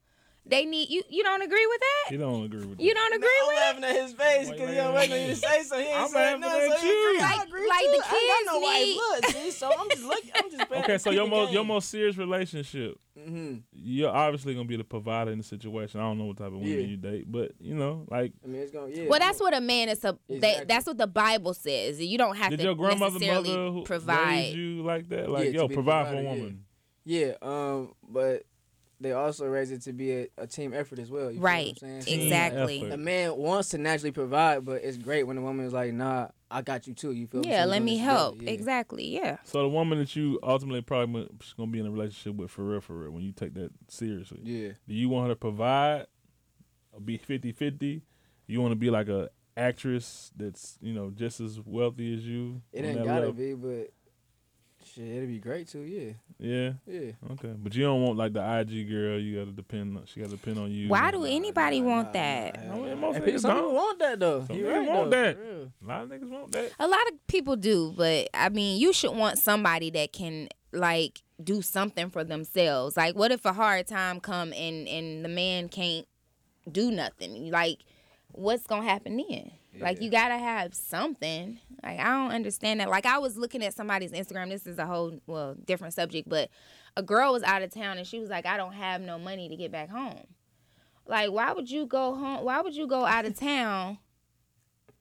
Speaker 3: They need you you don't agree with that?
Speaker 2: you don't agree with
Speaker 3: You
Speaker 2: that.
Speaker 3: don't
Speaker 4: No,
Speaker 3: agree
Speaker 4: I'm
Speaker 3: with it?
Speaker 4: laughing at his face
Speaker 2: Wait,
Speaker 4: because
Speaker 2: wait,
Speaker 4: he don't
Speaker 2: wait,
Speaker 4: wait on you to
Speaker 2: wait.
Speaker 4: say so. He ain't
Speaker 2: I'm laughing
Speaker 4: saying nothing.
Speaker 2: at
Speaker 4: So he agree.
Speaker 2: you.
Speaker 4: I agree
Speaker 3: Like-
Speaker 4: too.
Speaker 3: like the
Speaker 4: I ain't got no
Speaker 3: kids
Speaker 4: white blood, see? So I'm just looking. I'm just
Speaker 2: Okay, so your most your most serious relationship,
Speaker 4: Mm-hmm.
Speaker 2: you're obviously gonna be the provider in the situation. I don't know what type of women
Speaker 4: Yeah.
Speaker 2: you date, but you know, like,
Speaker 4: I mean, it's gonna. Yeah.
Speaker 3: Well, that's what a man is. A, they,
Speaker 4: Exactly.
Speaker 3: that's what the Bible says. You don't have
Speaker 2: did
Speaker 3: to
Speaker 2: your grandmother
Speaker 3: necessarily
Speaker 2: mother who raise
Speaker 3: provide.
Speaker 2: you like that? Like,
Speaker 4: Yeah, to
Speaker 2: yo,
Speaker 4: be
Speaker 2: provide for a
Speaker 4: provider, yeah.
Speaker 2: woman.
Speaker 4: Yeah. Um. But they also raise it to be a, a team effort as well. You feel what I'm
Speaker 3: Right.
Speaker 4: saying? So-
Speaker 3: Exactly.
Speaker 2: effort.
Speaker 4: A man wants to naturally provide, but it's great when a woman is like, "Nah, I got you too." You feel?
Speaker 3: Yeah,
Speaker 4: So we
Speaker 3: let
Speaker 4: doing
Speaker 3: me
Speaker 4: this
Speaker 3: help.
Speaker 4: together, yeah.
Speaker 3: Exactly. Yeah.
Speaker 2: So the woman that you ultimately probably mu- she's gonna be in a relationship with for real, for real, when you take that seriously.
Speaker 4: Yeah.
Speaker 2: Do you want her to provide? Or be 50-50? You want to be like a actress that's you know just as wealthy as you?
Speaker 4: It
Speaker 2: on
Speaker 4: ain't
Speaker 2: that
Speaker 4: gotta
Speaker 2: level?
Speaker 4: be, but shit, it'd be great too. Yeah.
Speaker 2: Yeah.
Speaker 4: Yeah.
Speaker 2: Okay, but you don't want like the IG girl. You gotta depend. on She gotta depend on you.
Speaker 3: Why do anybody
Speaker 4: nah,
Speaker 3: want
Speaker 4: nah,
Speaker 3: that?
Speaker 4: nah,
Speaker 2: No,
Speaker 4: nah.
Speaker 2: and most
Speaker 4: And
Speaker 2: niggas
Speaker 4: people- some
Speaker 2: don't.
Speaker 4: people want that though.
Speaker 2: Some
Speaker 4: You
Speaker 2: people
Speaker 4: right,
Speaker 2: want
Speaker 4: though,
Speaker 2: that.
Speaker 4: for real.
Speaker 2: A lot of niggas want that.
Speaker 3: A lot of people do, but I mean, you should want somebody that can like do something for themselves. Like, what if a hard time come and and the man can't do nothing? Like, what's gonna happen then? Like,
Speaker 4: Yeah.
Speaker 3: you gotta have something. Like, I don't understand that. Like, I was looking at somebody's Instagram. This is a whole well different subject, but a girl was out of town and she was like, I don't have no money to get back home. Like, why would you go home? Why would you go out of town?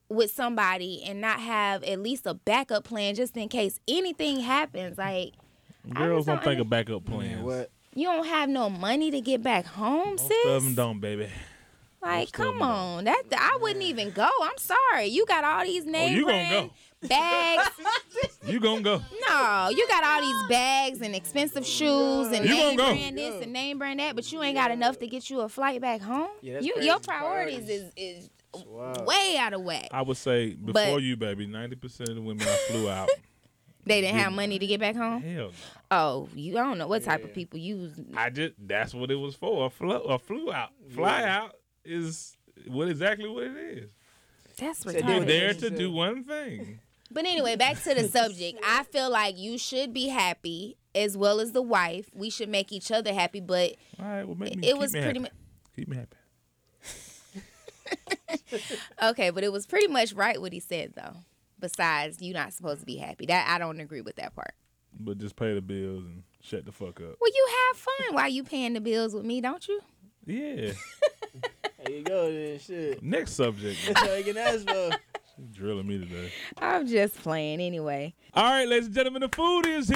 Speaker 3: with somebody and not have at least a backup plan just in case anything happens. Like
Speaker 2: Girls
Speaker 3: don't
Speaker 2: don't think
Speaker 3: under-
Speaker 2: of backup
Speaker 4: Man,
Speaker 2: plans.
Speaker 4: what?
Speaker 3: you don't have no money to get back home,
Speaker 2: Most of them
Speaker 3: sis.
Speaker 2: don't, baby. Oh,
Speaker 3: Like,
Speaker 2: most of 'em
Speaker 3: come
Speaker 2: don't.
Speaker 3: on, that I wouldn't even go. I'm sorry, you got all these name
Speaker 2: Oh, you gonna
Speaker 3: brand bags.
Speaker 2: You gonna go?
Speaker 3: no, you got all these bags and expensive shoes and
Speaker 2: You
Speaker 3: name
Speaker 2: gonna go.
Speaker 3: brand this and name brand that, but you ain't got enough to get you a flight back home.
Speaker 4: Yeah, that's
Speaker 3: you,
Speaker 4: crazy.
Speaker 3: your priorities,
Speaker 4: Priorities.
Speaker 3: is is
Speaker 4: Wow.
Speaker 3: way out of whack.
Speaker 2: I would say before
Speaker 3: But-
Speaker 2: you, baby. Ninety percent of the women I flew out.
Speaker 3: They didn't have money to get back home.
Speaker 2: Hell, no.
Speaker 3: Oh, you I don't know what type of people you
Speaker 2: I just that's what it was for. A flew, a flew out, fly out is what exactly what it is.
Speaker 3: That's
Speaker 4: Said they were
Speaker 2: You're
Speaker 3: retarded.
Speaker 2: there to do one thing.
Speaker 3: But anyway, back to the subject. I feel like you should be happy as well as the wife. We should make each other happy, but
Speaker 2: All right, well, make me.
Speaker 3: it
Speaker 2: keep
Speaker 3: was
Speaker 2: me
Speaker 3: pretty
Speaker 2: happy. Keep me happy.
Speaker 3: mu- okay. But it was pretty much right what he said though. Besides, you're not supposed to be happy. That I don't agree with that part.
Speaker 2: But just pay the bills and shut the fuck up.
Speaker 3: Well, you have fun while you paying the bills with me, don't you?
Speaker 2: Yeah.
Speaker 4: There you go. Then shit.
Speaker 2: Next subject.
Speaker 4: That's all you can ask for.
Speaker 2: Drilling me today.
Speaker 3: I'm just playing anyway.
Speaker 2: All right, ladies and gentlemen, the food is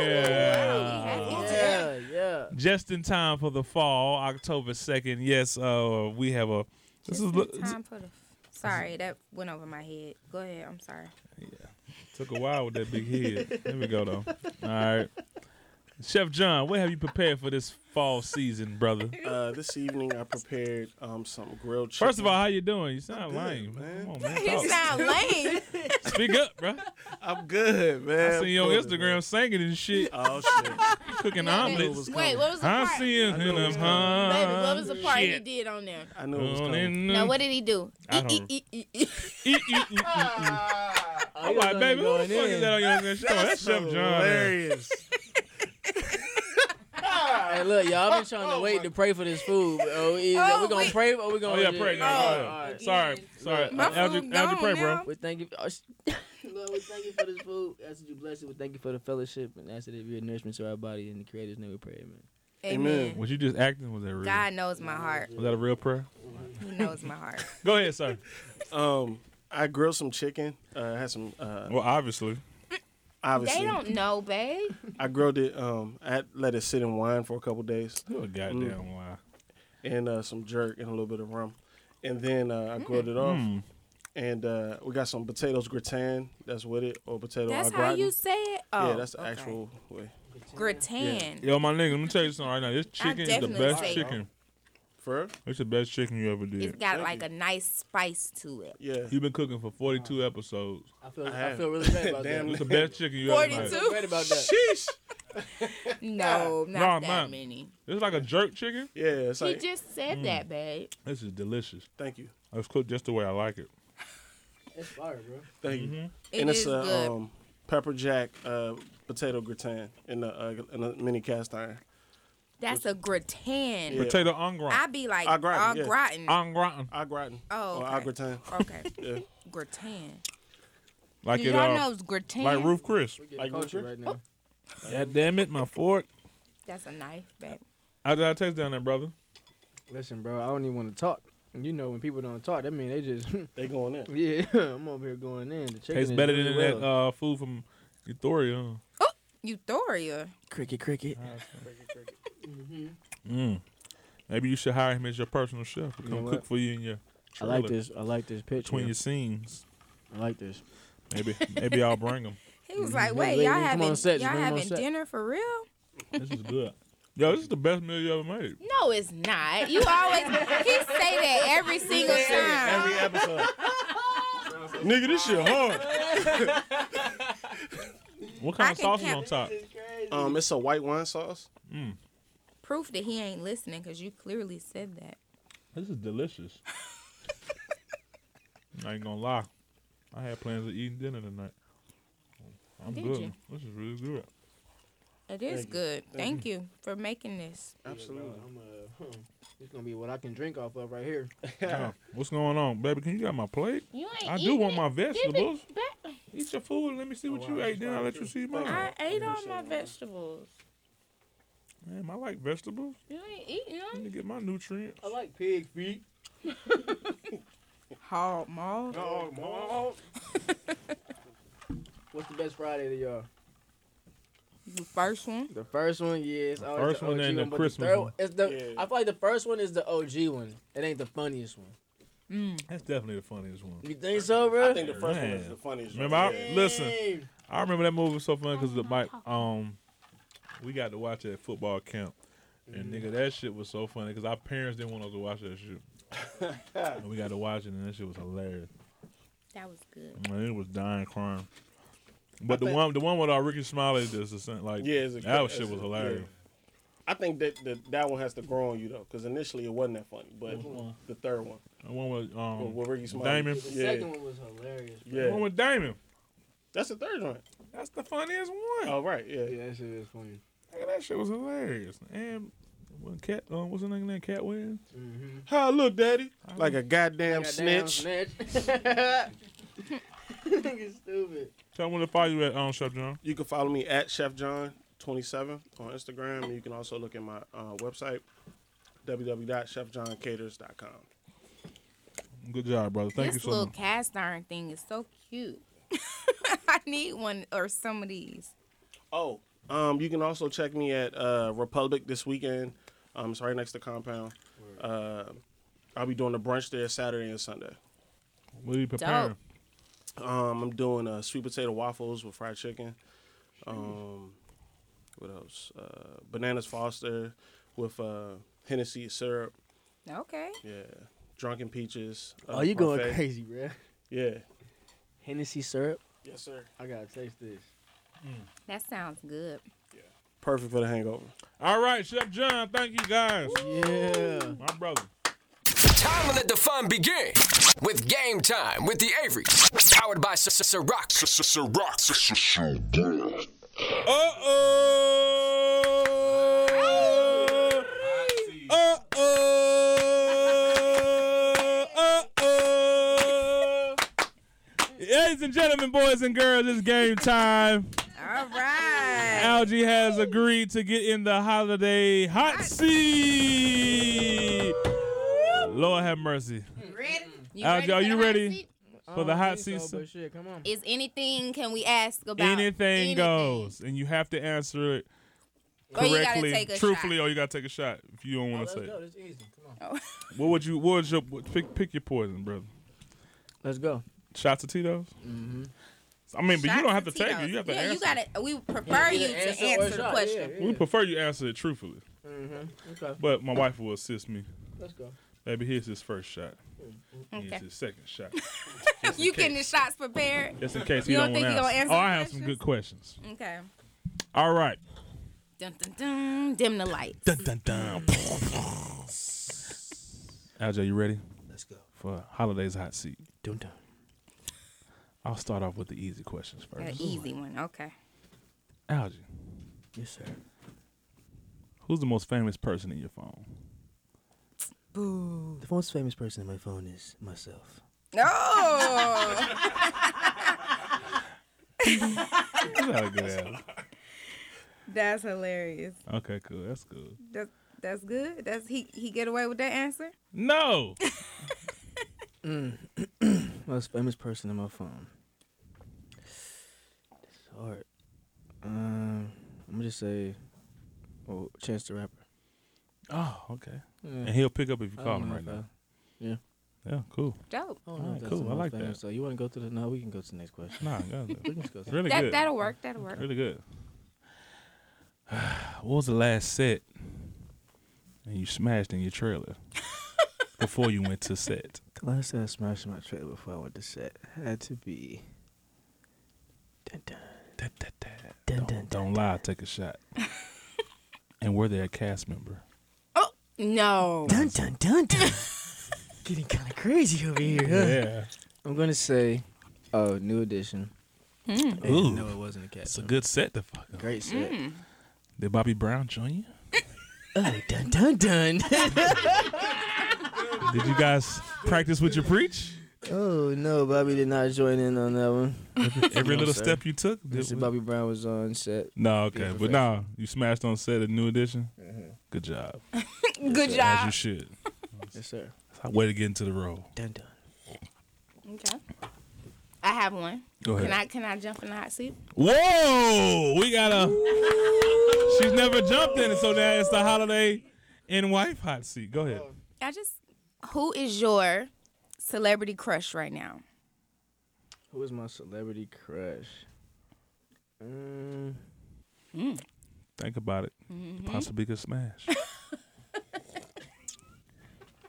Speaker 3: Wow, we
Speaker 2: here.
Speaker 3: have it.
Speaker 4: Yeah, yeah.
Speaker 2: Just in time for the fall, October 2nd. Yes, uh, we have a. This is
Speaker 3: Time for the. Sorry, that went over my head. Go ahead. I'm sorry.
Speaker 2: took a while with that big head. There we go though. All right, Chef John, what have you prepared for this fall season, brother?
Speaker 5: Uh, this evening I prepared um, some grilled chicken.
Speaker 2: First of all, how you doing? You sound
Speaker 5: good,
Speaker 2: lame.
Speaker 5: man.
Speaker 2: Come on, man. Talk.
Speaker 3: You sound lame.
Speaker 2: Speak up, bro.
Speaker 5: I'm good, man.
Speaker 2: I seen you on
Speaker 5: I'm good,
Speaker 2: Instagram singing and shit,
Speaker 5: Oh shit!
Speaker 2: cooking
Speaker 5: knew it
Speaker 2: omelets.
Speaker 5: was
Speaker 3: Wait, what was the
Speaker 2: I
Speaker 3: part?
Speaker 2: see
Speaker 5: I knew it was
Speaker 2: him.
Speaker 5: coming.
Speaker 3: Baby, what was the part he
Speaker 2: Shit.
Speaker 3: did on there?
Speaker 5: I knew it was coming.
Speaker 3: Now what did he do?
Speaker 2: Mm. I don't-
Speaker 3: E- e- e- e-
Speaker 2: I'm like, baby, who the fuck is that on your Instagram? Show? That's Chef John. man.
Speaker 5: Hilarious.
Speaker 4: Hey, look, y'all been trying to wait to pray for this food. but, Oh, is
Speaker 3: Oh,
Speaker 4: we gonna
Speaker 3: wait.
Speaker 4: pray or we
Speaker 2: Oh
Speaker 4: gonna?
Speaker 2: yeah,
Speaker 4: just-
Speaker 2: pray now.
Speaker 4: All
Speaker 2: go
Speaker 4: right,
Speaker 2: ahead.
Speaker 4: all right.
Speaker 2: Sorry, sorry.
Speaker 3: My
Speaker 2: Algae-
Speaker 3: food
Speaker 2: algae
Speaker 3: gone
Speaker 2: pray, bro.
Speaker 3: now.
Speaker 4: We thank you. oh, sh- Lord, we thank you for this food. That's what you bless it. We thank you for the fellowship and ask that it be a nourishment to our body and the Creator's name. We pray, man.
Speaker 5: Amen.
Speaker 2: Was you just acting? Was that real?
Speaker 3: God knows my heart.
Speaker 2: Was that a real prayer?
Speaker 3: He knows my heart.
Speaker 2: Go ahead, sir.
Speaker 5: Um, I grilled some chicken. Uh, I had some. Uh,
Speaker 2: Well, obviously.
Speaker 5: obviously,
Speaker 3: they don't know, babe.
Speaker 5: I grilled it. Um, I had let it sit in wine for a couple days,
Speaker 2: You a goddamn lie.
Speaker 5: and uh, some jerk and a little bit of rum, and then uh, I grilled it off.
Speaker 2: Mm.
Speaker 5: And uh, we got some potatoes gratin. That's with it, or potato
Speaker 3: That's
Speaker 5: au
Speaker 3: how
Speaker 5: gratin.
Speaker 3: you say it. Oh,
Speaker 5: yeah, that's the
Speaker 3: okay.
Speaker 5: actual way.
Speaker 3: gratin.
Speaker 2: Yo, my nigga, let me tell you something right now. This
Speaker 3: I
Speaker 2: chicken is the
Speaker 3: definitely
Speaker 2: best
Speaker 3: say-
Speaker 2: chicken.
Speaker 5: For real?
Speaker 2: It's the best chicken you ever
Speaker 3: It's
Speaker 2: did.
Speaker 3: got
Speaker 5: Thank
Speaker 3: like a nice spice to it.
Speaker 5: Yeah.
Speaker 2: You've been cooking for 42 episodes.
Speaker 4: I feel, I,
Speaker 5: have.
Speaker 4: feel really bad about
Speaker 5: Damn,
Speaker 2: It's
Speaker 4: that.
Speaker 2: the best chicken you ever had.
Speaker 4: I
Speaker 3: 42?
Speaker 4: feel bad about that.
Speaker 5: Sheesh.
Speaker 3: No,
Speaker 2: Nah,
Speaker 3: not that
Speaker 2: mine-
Speaker 3: many.
Speaker 2: It's like a jerk chicken.
Speaker 5: Yeah, it's
Speaker 3: He
Speaker 5: like,
Speaker 3: just said
Speaker 5: Mm.
Speaker 3: that, babe.
Speaker 2: This is delicious.
Speaker 5: thank you.
Speaker 2: It's cooked just the way I like it.
Speaker 4: That's fire, bro.
Speaker 5: Thank
Speaker 2: Mm-hmm.
Speaker 5: you.
Speaker 3: It
Speaker 5: and
Speaker 3: is
Speaker 5: it's a
Speaker 3: good.
Speaker 5: um, pepper jack uh, potato gratin in a, uh, in a mini cast iron.
Speaker 3: That's a gratin.
Speaker 5: Yeah.
Speaker 2: Potato en gratin.
Speaker 3: I be like,
Speaker 5: Au
Speaker 3: au
Speaker 5: gratin, yeah.
Speaker 3: gratin.
Speaker 2: En gratin.
Speaker 5: Au gratin.
Speaker 3: Oh,
Speaker 5: Or
Speaker 3: okay.
Speaker 5: au gratin.
Speaker 3: Okay,
Speaker 5: Yeah.
Speaker 3: gratin.
Speaker 2: Like
Speaker 3: Do
Speaker 2: it,
Speaker 3: y'all
Speaker 2: uh,
Speaker 3: know it's gratin?
Speaker 2: like Roof Chris.
Speaker 5: Like
Speaker 4: culture
Speaker 5: what?
Speaker 4: right now.
Speaker 2: God damn it, my fork.
Speaker 3: That's a knife, babe.
Speaker 2: How did I taste down there, brother?
Speaker 4: Listen, bro, I don't even want to talk. And You know, when people don't talk, that mean they just,
Speaker 5: They going in.
Speaker 4: yeah, I'm over here going in. The chicken
Speaker 2: Tastes
Speaker 4: is
Speaker 2: better
Speaker 4: really
Speaker 2: than
Speaker 4: well.
Speaker 2: that uh, food from Euphoria. huh?
Speaker 3: Euthoria.
Speaker 4: cricket, cricket.
Speaker 2: Uh, Mm. Maybe you should hire him as your personal chef. to
Speaker 4: You
Speaker 2: Come
Speaker 4: know
Speaker 2: cook
Speaker 4: what?
Speaker 2: for you in your
Speaker 4: I
Speaker 2: trailer
Speaker 4: like this. I like this picture.
Speaker 2: between your scenes.
Speaker 4: I like this.
Speaker 2: Maybe maybe I'll bring him.
Speaker 3: He was like,
Speaker 4: Mhm.
Speaker 3: wait,
Speaker 4: Wait,
Speaker 3: y'all
Speaker 4: wait, come on
Speaker 3: having,
Speaker 4: set,
Speaker 3: y'all
Speaker 4: come on
Speaker 3: having
Speaker 4: set.
Speaker 3: dinner for real?
Speaker 2: This is good. Yo, this is the best meal you ever made.
Speaker 3: No, it's not. You always, he say that every single time.
Speaker 5: Every episode. Nigga, this shit hard.
Speaker 2: What kind
Speaker 3: I
Speaker 2: of
Speaker 3: can
Speaker 2: sauce is
Speaker 3: count-
Speaker 2: on top?
Speaker 5: Um, it's a white wine sauce.
Speaker 3: Proof that he ain't listening because you clearly said that.
Speaker 2: This is delicious. I ain't gonna lie. I had plans of eating dinner tonight. I'm
Speaker 3: Did
Speaker 2: good.
Speaker 3: you?
Speaker 2: This is really good.
Speaker 3: It is good. Thank you for making this.
Speaker 5: Absolutely.
Speaker 4: I'm, uh, it's gonna be what I can drink off of right here.
Speaker 2: Yeah. What's going on, baby? Can you got my plate?
Speaker 3: You ain't
Speaker 2: I do want
Speaker 3: it.
Speaker 2: my
Speaker 3: Give
Speaker 2: vegetables.
Speaker 3: it back.
Speaker 2: Eat your food. and Let me see what you ate. Then I'll let you see mine.
Speaker 3: I ate all my vegetables.
Speaker 2: Damn, I like vegetables.
Speaker 3: You ain't eating
Speaker 2: Let
Speaker 3: them.
Speaker 2: me get my nutrients.
Speaker 4: I like pig feet.
Speaker 3: Hog maw.
Speaker 4: What's the best Friday to y'all?
Speaker 3: The first one.
Speaker 4: The first one, yeah, it's
Speaker 2: The
Speaker 4: always
Speaker 2: first
Speaker 4: the
Speaker 2: one
Speaker 4: OG
Speaker 2: and the
Speaker 4: one, but
Speaker 2: Christmas
Speaker 4: The third,
Speaker 2: one.
Speaker 4: It's the,
Speaker 5: Yeah.
Speaker 4: I feel like the first one is the OG one. It ain't the funniest one.
Speaker 2: That's definitely the funniest one.
Speaker 4: You think so, bro?
Speaker 5: I think the first one is
Speaker 2: Man.
Speaker 5: the funniest.
Speaker 2: Remember, I,
Speaker 5: Yeah.
Speaker 2: listen, I remember that movie was so funny because
Speaker 3: Oh,
Speaker 2: my um, we got to watch it at football camp, and
Speaker 5: Mm-hmm.
Speaker 2: nigga, that shit was so funny because our parents didn't want us to watch that shit, and we got to watch it, and that shit was hilarious.
Speaker 3: That was good.
Speaker 2: Man, it was dying crying. But the one, the one with our Ricky Smiley, that's the same, like
Speaker 5: Yeah, it's a-
Speaker 2: that
Speaker 5: it's
Speaker 2: shit was
Speaker 5: a-
Speaker 2: hilarious.
Speaker 5: I think that, that that one has to grow on you though, because initially it wasn't that funny, but the third one,
Speaker 2: The one with um,
Speaker 5: with Ricky Smiley.
Speaker 2: Damon.
Speaker 4: The
Speaker 5: Yeah.
Speaker 4: second one was hilarious. Bro.
Speaker 2: The
Speaker 5: yeah,
Speaker 2: one with Damon.
Speaker 5: that's the third one.
Speaker 2: That's the funniest one.
Speaker 5: Oh right, yeah.
Speaker 4: Yeah, that shit is funny.
Speaker 2: Nigga, that shit was hilarious. And when Cat, um, what's the nigga name? Cat Williams.
Speaker 4: Mm-hmm.
Speaker 5: How I look, daddy? Like a goddamn snitch.
Speaker 4: snitch. Nigga stupid.
Speaker 2: Tell me where to follow you at, um, Chef John.
Speaker 5: You can follow me at Chef John 27 on Instagram. And you can also look at my uh, website, www.chefjohncaters.com.
Speaker 2: Good job, brother. Thank
Speaker 3: this
Speaker 2: you so
Speaker 3: little
Speaker 2: much.
Speaker 3: cast iron thing is so cute. I need one or some of these.
Speaker 5: Oh, um, you can also check me at uh, Republic this weekend. Um, it's right next to Compound. Uh, I'll be doing a brunch there Saturday and Sunday.
Speaker 2: What are you preparing?
Speaker 3: Dope.
Speaker 5: Um, I'm doing uh, sweet potato waffles with fried chicken. Um, What else? Uh, Bananas Foster with uh, Hennessy syrup.
Speaker 3: Okay.
Speaker 5: Yeah. Drunken Peaches. uh,
Speaker 4: Oh, you going
Speaker 5: parfait.
Speaker 4: crazy, bro.
Speaker 5: Yeah.
Speaker 4: Hennessy syrup.
Speaker 5: Yes, sir.
Speaker 4: I gotta taste this.
Speaker 3: That sounds good.
Speaker 5: Perfect for the hangover.
Speaker 2: All right, Chef John, thank you guys.
Speaker 4: Yeah.
Speaker 2: My brother.
Speaker 1: Time to let the fun begin with Game Time with the Averys. Powered by S- S- Ciroc. S- S- Ciroc.
Speaker 2: Uh oh. Uh oh. Uh oh. Ladies and gentlemen, boys and girls, it's game time.
Speaker 3: All right.
Speaker 2: Algie has agreed to get in the holiday hot seat. Lord have mercy.
Speaker 3: Ready? You
Speaker 2: Algie, are
Speaker 3: for
Speaker 2: you
Speaker 3: the hot
Speaker 2: ready?
Speaker 3: seat?
Speaker 4: I
Speaker 2: For the
Speaker 4: don't
Speaker 2: hot
Speaker 4: think so,
Speaker 2: season.
Speaker 4: but shit, come on.
Speaker 3: Is anything? Can we ask about
Speaker 2: Anything goes, and you have to answer it
Speaker 3: Or you gotta
Speaker 2: correctly,
Speaker 3: take a
Speaker 2: truthfully,
Speaker 3: shot.
Speaker 2: or you gotta take a shot if you don't want
Speaker 4: Oh, Let's
Speaker 2: to say. it.
Speaker 4: go. That's easy. Come on.
Speaker 2: What would you? What would your what- pick? Pick your poison, brother.
Speaker 4: Let's go.
Speaker 2: Shots of Tito's.
Speaker 4: Mm-hmm.
Speaker 2: I mean, but you don't have to take it. You have to
Speaker 3: yeah,
Speaker 2: answer.
Speaker 3: You gotta. We prefer you to answer, the question.
Speaker 2: We prefer you answer it truthfully,
Speaker 4: Mm-hmm. Okay.
Speaker 2: but my wife will assist me.
Speaker 4: Let's go.
Speaker 2: Baby, here's his first shot.
Speaker 4: Mm-hmm.
Speaker 2: Here's
Speaker 3: Okay.
Speaker 2: his second shot.
Speaker 3: You getting the shots prepared?
Speaker 2: Just in case
Speaker 3: You
Speaker 2: he
Speaker 3: don't
Speaker 2: want to
Speaker 3: think he
Speaker 2: answer.
Speaker 3: gonna answer
Speaker 2: oh,
Speaker 3: the
Speaker 2: I have some good questions.
Speaker 3: Okay.
Speaker 2: All right.
Speaker 3: Dun dun dun. Dim the light.
Speaker 2: Dun dun dun. Aljo, you ready
Speaker 6: Let's go.
Speaker 2: for holidays hot seat?
Speaker 4: Dun dun.
Speaker 2: I'll start off with the easy questions
Speaker 3: An
Speaker 2: first.
Speaker 3: easy one. Okay.
Speaker 2: Algie,
Speaker 4: Yes, sir.
Speaker 2: who's the most famous person in your phone?
Speaker 4: The most famous person in my phone is myself.
Speaker 3: No.
Speaker 2: That's not a good answer.
Speaker 3: that's hilarious.
Speaker 2: Okay, cool. That's good.
Speaker 3: That's that's good. That's he he get away with that answer.
Speaker 2: No.
Speaker 4: Most famous person in my phone. It's hard. Um, I'm gonna just say, oh, Chance the Rapper.
Speaker 2: Oh, okay.
Speaker 4: Yeah.
Speaker 2: And he'll pick up if you
Speaker 4: I
Speaker 2: call
Speaker 4: don't
Speaker 2: him
Speaker 4: know
Speaker 2: right
Speaker 4: if
Speaker 2: now.
Speaker 4: Yeah.
Speaker 2: Yeah, cool.
Speaker 3: Dope.
Speaker 4: I don't know
Speaker 2: Alright,
Speaker 4: if that's
Speaker 2: cool.
Speaker 4: the
Speaker 2: I
Speaker 4: most
Speaker 2: like
Speaker 4: famous,
Speaker 2: that.
Speaker 4: So you want to go to the? No, we can go to the next question.
Speaker 2: Nah, God,
Speaker 4: we can just go to
Speaker 2: really
Speaker 3: That
Speaker 2: good.
Speaker 3: that'll work. That'll work.
Speaker 2: really good. What was the last set and you smashed in your trailer before you went to set?
Speaker 4: The last time I smashed my trailer before I went to set had to be. Dun, dun,
Speaker 2: Da, da, da.
Speaker 4: dun,
Speaker 2: Don't,
Speaker 4: dun,
Speaker 2: don't lie, take a shot. and were they a cast member?
Speaker 3: Oh no.
Speaker 4: dun dun dun dun. Getting kind of crazy over here. Huh?
Speaker 2: Yeah.
Speaker 4: I'm gonna say, oh, new edition.
Speaker 2: Ooh.
Speaker 4: no, it wasn't a cat.
Speaker 2: It's a good set to fuck up.
Speaker 4: great set.
Speaker 2: Did Bobby Brown join
Speaker 4: Oh, dun dun dun.
Speaker 2: you? Did you guys practice what you preach?
Speaker 4: oh no, Bobby did not join in on that one.
Speaker 2: Every
Speaker 4: No,
Speaker 2: little
Speaker 4: sir.
Speaker 2: step you took? did-
Speaker 4: Mr. Bobby Brown was on set.
Speaker 2: No, okay. But
Speaker 4: perfection.
Speaker 2: no, you smashed on set a new edition. Good job. As
Speaker 3: Good
Speaker 2: you
Speaker 3: job.
Speaker 2: should.
Speaker 4: Yes, sir.
Speaker 2: That's a Way to get into the role.
Speaker 4: Dun dun.
Speaker 3: Okay. I have one.
Speaker 2: Go ahead.
Speaker 3: Can I can I jump in the hot seat?
Speaker 2: Whoa! We got a. She's never jumped in, it, so now it's the holiday and wife hot seat. Go ahead.
Speaker 3: I just who is your celebrity crush right now?
Speaker 4: Who was my celebrity crush? Um,
Speaker 2: Think about it.
Speaker 3: Mm-hmm.
Speaker 2: Possibly could smash.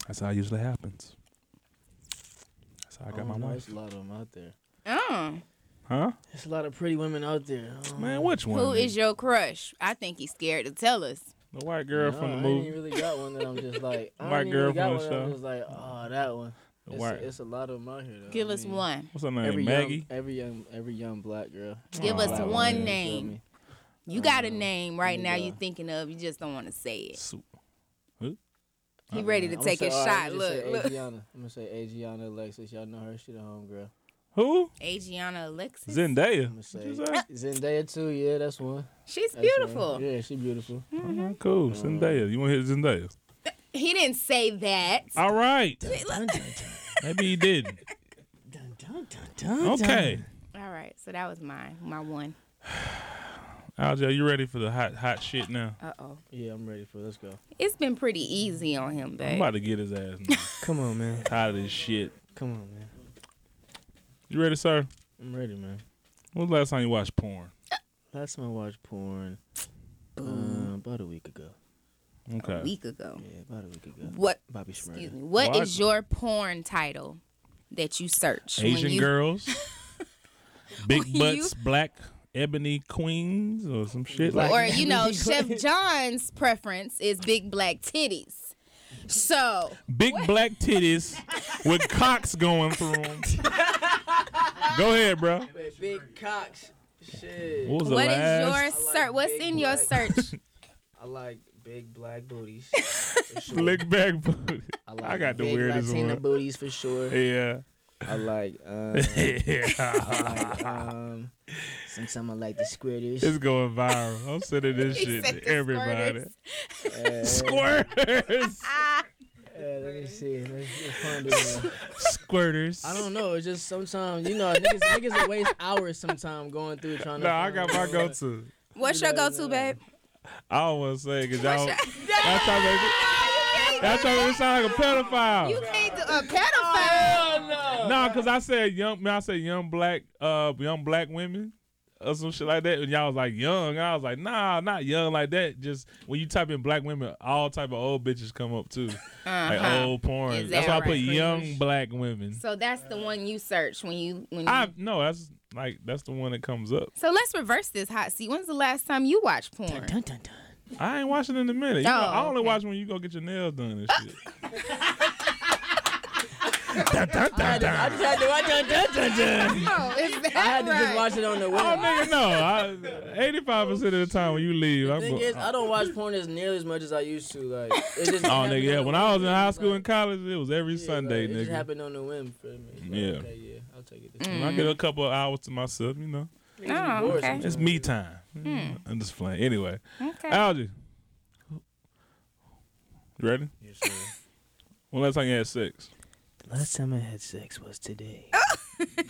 Speaker 2: That's how it usually happens. That's how I got
Speaker 4: don't
Speaker 2: my
Speaker 4: know,
Speaker 2: wife.
Speaker 4: oh, There's a lot of them out there.
Speaker 3: Oh.
Speaker 2: Huh?
Speaker 4: There's a lot of pretty women out there. Oh,
Speaker 2: Man, which one?
Speaker 3: Who is your crush? I think he's scared to tell us.
Speaker 2: the white girl from the
Speaker 4: I
Speaker 2: movie?
Speaker 4: ain't really got one that I'm just like. I
Speaker 2: My
Speaker 4: ain't even
Speaker 2: girl
Speaker 4: got
Speaker 2: from
Speaker 4: one
Speaker 2: the
Speaker 4: that I'm
Speaker 2: show.
Speaker 4: just like, oh, that one.
Speaker 2: The
Speaker 4: It's,
Speaker 2: white-
Speaker 4: a, it's a lot of them out here. Though.
Speaker 3: Give
Speaker 4: I
Speaker 3: us
Speaker 4: mean,
Speaker 3: one.
Speaker 2: What's her name?
Speaker 4: Every
Speaker 2: Maggie.
Speaker 4: young, every young, every young black girl.
Speaker 3: Give us
Speaker 4: Black
Speaker 3: one
Speaker 4: woman, you feel
Speaker 3: name.
Speaker 4: me?
Speaker 3: You got a name right
Speaker 4: me
Speaker 3: now
Speaker 4: go.
Speaker 3: you thinking of, you just don't want to say it.
Speaker 2: Su-
Speaker 3: He ready to
Speaker 4: I'ma
Speaker 3: take
Speaker 4: say-
Speaker 3: his
Speaker 4: all right,
Speaker 3: shot.
Speaker 4: I'ma just
Speaker 3: Look,
Speaker 4: say
Speaker 3: look.
Speaker 4: Adriana. I'm gonna say Adriana Alexis. Y'all know her. She the homegirl.
Speaker 2: Who?
Speaker 3: Adriana Alexis.
Speaker 2: Zendaya.
Speaker 4: I'm gonna
Speaker 2: What you
Speaker 4: say
Speaker 2: say?
Speaker 4: Zendaya too. Yeah, that's one.
Speaker 3: She's
Speaker 4: That's one.
Speaker 3: beautiful.
Speaker 4: Yeah, she beautiful.
Speaker 2: Uh-huh, cool. Zendaya. You want to hear Zendaya?
Speaker 3: He didn't say that.
Speaker 2: All right.
Speaker 4: Dun, dun,
Speaker 2: Maybe he didn't.
Speaker 4: dun, dun, dun, dun, dun.
Speaker 2: Okay.
Speaker 3: All right, so that was mine, my one.
Speaker 2: Aljo, you ready for the hot, hot shit now?
Speaker 3: Uh oh.
Speaker 4: Yeah, I'm ready for. It. Let's go.
Speaker 3: It's been pretty easy on him,
Speaker 2: I'm
Speaker 3: babe.
Speaker 2: about to get his ass. now.
Speaker 4: Come on, man.
Speaker 2: Tired of this shit.
Speaker 4: Come on, man.
Speaker 2: You ready, sir?
Speaker 4: I'm ready, man.
Speaker 2: When was the last time you watched porn?
Speaker 4: Last time I watched porn
Speaker 3: Boo.
Speaker 4: Um, about a week ago.
Speaker 2: Okay.
Speaker 3: A week ago.
Speaker 4: Yeah, about a week ago.
Speaker 3: What?
Speaker 4: Bobby Shmurda.
Speaker 3: Excuse me. What is
Speaker 2: What?
Speaker 3: your porn title that you search? when
Speaker 2: Asian
Speaker 3: you-
Speaker 2: girls, big
Speaker 3: When you-
Speaker 2: butts, black ebony queens, or some shit like.
Speaker 3: Or you know, Chef John's preference is big black titties. So
Speaker 2: Big black titties with cocks going through 'em. Go ahead, bro.
Speaker 4: Big cocks. Shit.
Speaker 2: What was the
Speaker 3: what is
Speaker 2: last?
Speaker 3: your
Speaker 4: I like
Speaker 3: search? What's
Speaker 4: big
Speaker 3: in your
Speaker 4: black-
Speaker 3: search?
Speaker 4: I like big black booties. for sure.
Speaker 2: Slick back booty.
Speaker 4: I,
Speaker 2: I got the
Speaker 4: big
Speaker 2: weirdest
Speaker 4: Latina
Speaker 2: one.
Speaker 4: booties for sure.
Speaker 2: Yeah.
Speaker 4: I like. Um,
Speaker 2: yeah.
Speaker 4: I like. Um, sometimes I like the
Speaker 2: It's
Speaker 4: squirters.
Speaker 2: going viral. I'm sending this
Speaker 3: He
Speaker 2: shit
Speaker 3: said
Speaker 2: to
Speaker 3: the
Speaker 2: everybody.
Speaker 3: squirters.
Speaker 4: Uh,
Speaker 2: Squirters.
Speaker 4: uh, let me see. Let me find it.
Speaker 2: Squirters.
Speaker 4: I don't know. It's just sometimes you know niggas, niggas will waste hours sometimes going through trying to.
Speaker 2: No, I
Speaker 4: find
Speaker 2: got my
Speaker 4: one.
Speaker 2: go to.
Speaker 3: What's your go-to, babe?
Speaker 2: I don't want to say because y'all.
Speaker 3: What's your-
Speaker 2: Y'all trying to make it, y'all trying to make Oh. it sound like a pedophile.
Speaker 3: You can't do
Speaker 4: Oh,
Speaker 3: a pedophile.
Speaker 2: No, because I said young, man, I said young black, uh, young black women or some shit like that. And y'all was like young. I was like, nah, not young like that. Just when you type in black women, all type of old bitches come up too, like
Speaker 3: Uh-huh.
Speaker 2: old porn.
Speaker 3: Is
Speaker 2: that's
Speaker 3: that
Speaker 2: why I put
Speaker 3: right?
Speaker 2: young black women.
Speaker 3: So that's the one you search when you when you.
Speaker 2: I no, that's like that's the one that comes up.
Speaker 3: so let's reverse this hot seat. When's the last time you watched porn?
Speaker 4: Dun, dun, dun.
Speaker 2: I ain't watching in a minute. You
Speaker 3: Oh,
Speaker 2: know, I only
Speaker 3: okay.
Speaker 2: watch when you go get your nails done and shit. Dun, dun, dun, dun.
Speaker 4: I just had to watch dun, dun, dun, dun.
Speaker 3: Oh, is that
Speaker 4: I had to
Speaker 3: right?
Speaker 4: just watch it on the web.
Speaker 2: Oh, nigga, no. Eighty-five percent of the time when you leave, I'm
Speaker 4: Thing
Speaker 2: go-
Speaker 4: is, I don't watch porn as nearly as much as I used to. Like, it just
Speaker 2: Oh
Speaker 4: happened
Speaker 2: nigga, yeah.
Speaker 4: on
Speaker 2: When
Speaker 4: the
Speaker 2: I was
Speaker 4: whim,
Speaker 2: in high
Speaker 4: like-
Speaker 2: school and college, it was every
Speaker 4: yeah,
Speaker 2: Sunday,
Speaker 4: like, It just
Speaker 2: nigga.
Speaker 4: happened Mm. on the whim for me. Like,
Speaker 2: Yeah.
Speaker 4: Okay, yeah, I'll take it.
Speaker 2: When I get a couple of hours to myself, you know,
Speaker 3: Oh, okay.
Speaker 2: it's
Speaker 4: Mm.
Speaker 2: me time. Mm, I'm just playing. Anyway,
Speaker 3: Okay.
Speaker 2: Algie, you ready?
Speaker 4: Yes, sir.
Speaker 2: When last time you had sex
Speaker 4: Last time I had sex was today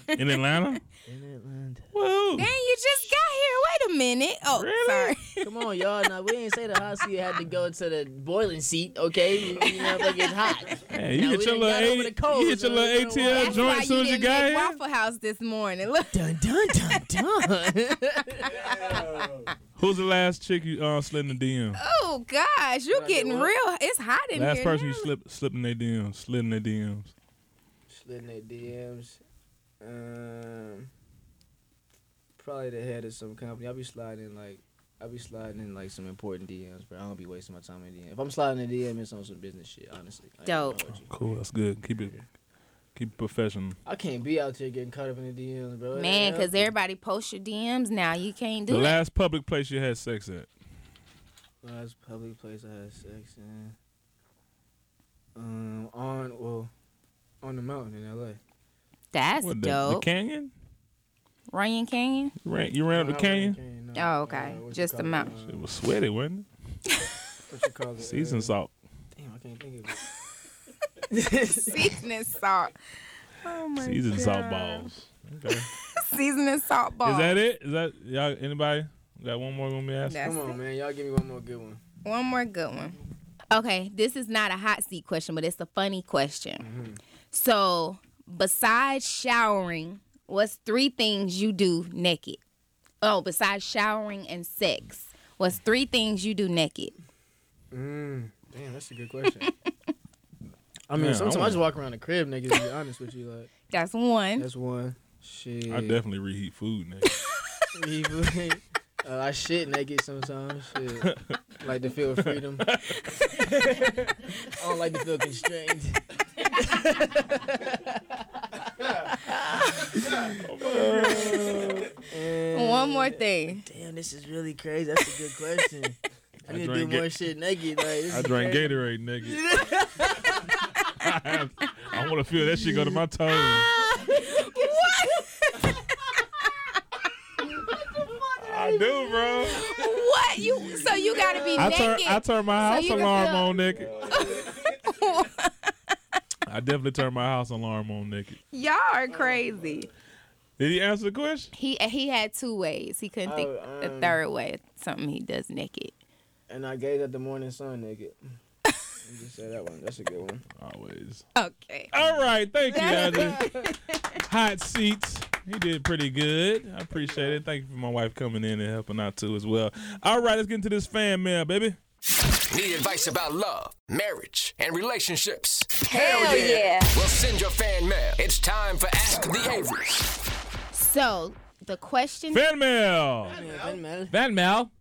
Speaker 2: in Atlanta?
Speaker 4: in Atlanta.
Speaker 2: Woo!
Speaker 3: Dang, you just got here. Wait a minute. Oh,
Speaker 2: Really?
Speaker 3: sorry.
Speaker 4: Come on, y'all. Now we ain't say the hot seat had to go to the boiling seat, okay? You, you know, like it's hot.
Speaker 2: Hey, you hit
Speaker 4: Now we
Speaker 2: your
Speaker 4: done
Speaker 2: little
Speaker 4: got over
Speaker 2: 80,
Speaker 4: the cold,
Speaker 2: you hit your
Speaker 4: though.
Speaker 2: little
Speaker 4: You know
Speaker 2: ATL
Speaker 3: That's why
Speaker 2: joint as soon as you
Speaker 3: didn't
Speaker 2: got
Speaker 3: make
Speaker 2: here.
Speaker 3: Waffle House this morning. Look,
Speaker 4: Dun dun dun dun.
Speaker 2: Who's the last chick you uh, slid in the DM?
Speaker 3: oh gosh, you
Speaker 4: I do
Speaker 3: getting
Speaker 4: what?
Speaker 3: real. It's hot in
Speaker 2: Last
Speaker 3: here.
Speaker 2: person you
Speaker 3: now.
Speaker 2: slip slip in their DMs, slid in their DMs.
Speaker 4: Slid their DMs. Um, probably the head of some company. I'll be sliding like. I'll be sliding in like some important DMs, but I don't be wasting my time in DM. If I'm sliding in DM, it's on some business shit, honestly. I ain't gonna
Speaker 3: Dope.
Speaker 4: hold you.
Speaker 2: Cool, that's good. Keep it keep it professional.
Speaker 4: I can't be out there getting caught up in the DMs, bro. It
Speaker 3: Man,
Speaker 4: ain't
Speaker 3: because
Speaker 4: healthy.
Speaker 3: everybody posts your DMs now. You can't
Speaker 2: The
Speaker 3: do that.
Speaker 2: last public place you had sex at.
Speaker 4: Last public place I had sex in. Um, on well, on the mountain in L.A.
Speaker 3: That's
Speaker 2: What, the, the
Speaker 3: dope.
Speaker 2: canyon?
Speaker 3: Ryan Canyon.
Speaker 2: You ran, you ran up the
Speaker 4: Not
Speaker 2: canyon?
Speaker 4: Canyon, no.
Speaker 3: Oh, okay.
Speaker 4: what you
Speaker 3: Just the
Speaker 4: call it,
Speaker 3: mountain.
Speaker 2: It
Speaker 4: uh,
Speaker 2: was sweaty, wasn't
Speaker 4: what you call it,
Speaker 2: it? Season
Speaker 4: uh,
Speaker 2: salt.
Speaker 4: Damn, I can't think of it.
Speaker 3: Seasoning salt. Oh my
Speaker 2: Season
Speaker 3: God.
Speaker 2: salt balls. Okay. Is
Speaker 3: Seasoning salt balls.
Speaker 2: that it? Is that y'all anybody? Got one more gonna be asked?
Speaker 3: That's
Speaker 4: Come
Speaker 3: it.
Speaker 4: on, man. Y'all give me one more good one.
Speaker 3: One more good one. Okay, this is not a hot seat question, but it's a funny question. So, besides showering, what's three things you do naked? Oh, besides showering and sex, what's three things you do naked?
Speaker 4: Mm, damn, that's a good question. I mean,
Speaker 2: Yeah, I
Speaker 4: sometimes I,
Speaker 2: wanna-
Speaker 4: just walk around the crib, niggas. To be honest with you, like
Speaker 3: That's one.
Speaker 4: that's one. Shit.
Speaker 2: I definitely reheat food, nigga.
Speaker 4: Evil. uh, I shit naked sometimes. Shit. like to feel freedom. I don't like to feel constrained. And-
Speaker 3: One more thing.
Speaker 4: Uh, Damn, this is really crazy. That's a good question. I
Speaker 2: I
Speaker 4: need to do
Speaker 2: drank
Speaker 4: more
Speaker 2: it.
Speaker 4: shit naked. Like, this
Speaker 2: I
Speaker 4: is
Speaker 2: drank
Speaker 4: crazy.
Speaker 2: Gatorade, nigga. I, have- I wanna feel that shit go to my toes.
Speaker 3: what?
Speaker 2: I do, bro.
Speaker 3: what you? So you gotta be
Speaker 2: I turn
Speaker 3: naked.
Speaker 2: I turn my house
Speaker 3: you can
Speaker 2: alarm
Speaker 3: feel-
Speaker 2: on naked. I definitely turn my house alarm on naked.
Speaker 3: Y'all are crazy.
Speaker 2: Did he answer the question?
Speaker 3: He he had two ways. He couldn't think
Speaker 4: Oh,
Speaker 3: the
Speaker 4: um,
Speaker 3: third way. Something he does naked.
Speaker 4: And I gazed at the morning sun naked. Let me Just say that one. That's a good one.
Speaker 2: Always.
Speaker 3: Okay.
Speaker 2: All right, thank you, Adley. Hot seats. He did pretty good. I appreciate it. Thank you for my wife coming in and helping out too as well. All right, let's get into this fan mail, baby.
Speaker 1: Need advice about love, marriage, and relationships?
Speaker 6: Hell yeah.
Speaker 1: Well, send your fan mail. It's time for Ask the Averys.
Speaker 3: So the question
Speaker 2: Fan mail.
Speaker 4: Been mad.
Speaker 2: Fan mail.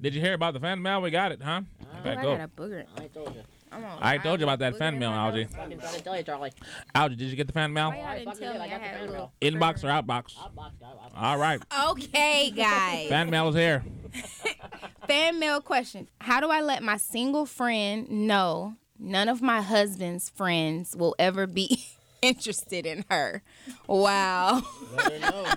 Speaker 2: Did you hear about the fan mail? We got it, huh?
Speaker 3: Oh, I
Speaker 2: Back up.
Speaker 3: got a booger.
Speaker 6: I told you.
Speaker 3: I'm on-
Speaker 2: I told you about that
Speaker 3: booger
Speaker 2: fan
Speaker 3: in
Speaker 2: mail,
Speaker 3: my
Speaker 2: Algie.
Speaker 3: nose.
Speaker 6: I've been trying to tell you, Charlie.
Speaker 2: Algie, did you get the fan
Speaker 3: Why
Speaker 2: mail?
Speaker 3: y'all didn't
Speaker 6: fucking
Speaker 3: tell
Speaker 6: did.
Speaker 3: me
Speaker 6: I
Speaker 3: I
Speaker 6: got the
Speaker 3: had a
Speaker 6: fan
Speaker 3: little
Speaker 2: Inbox or outbox?
Speaker 6: Box, guy, I-
Speaker 2: All right.
Speaker 3: Okay, guys.
Speaker 2: Fan mail is here.
Speaker 3: Fan mail question. How do I let my single friend know none of my husband's friends will ever be interested in her? Wow.
Speaker 4: Let her know.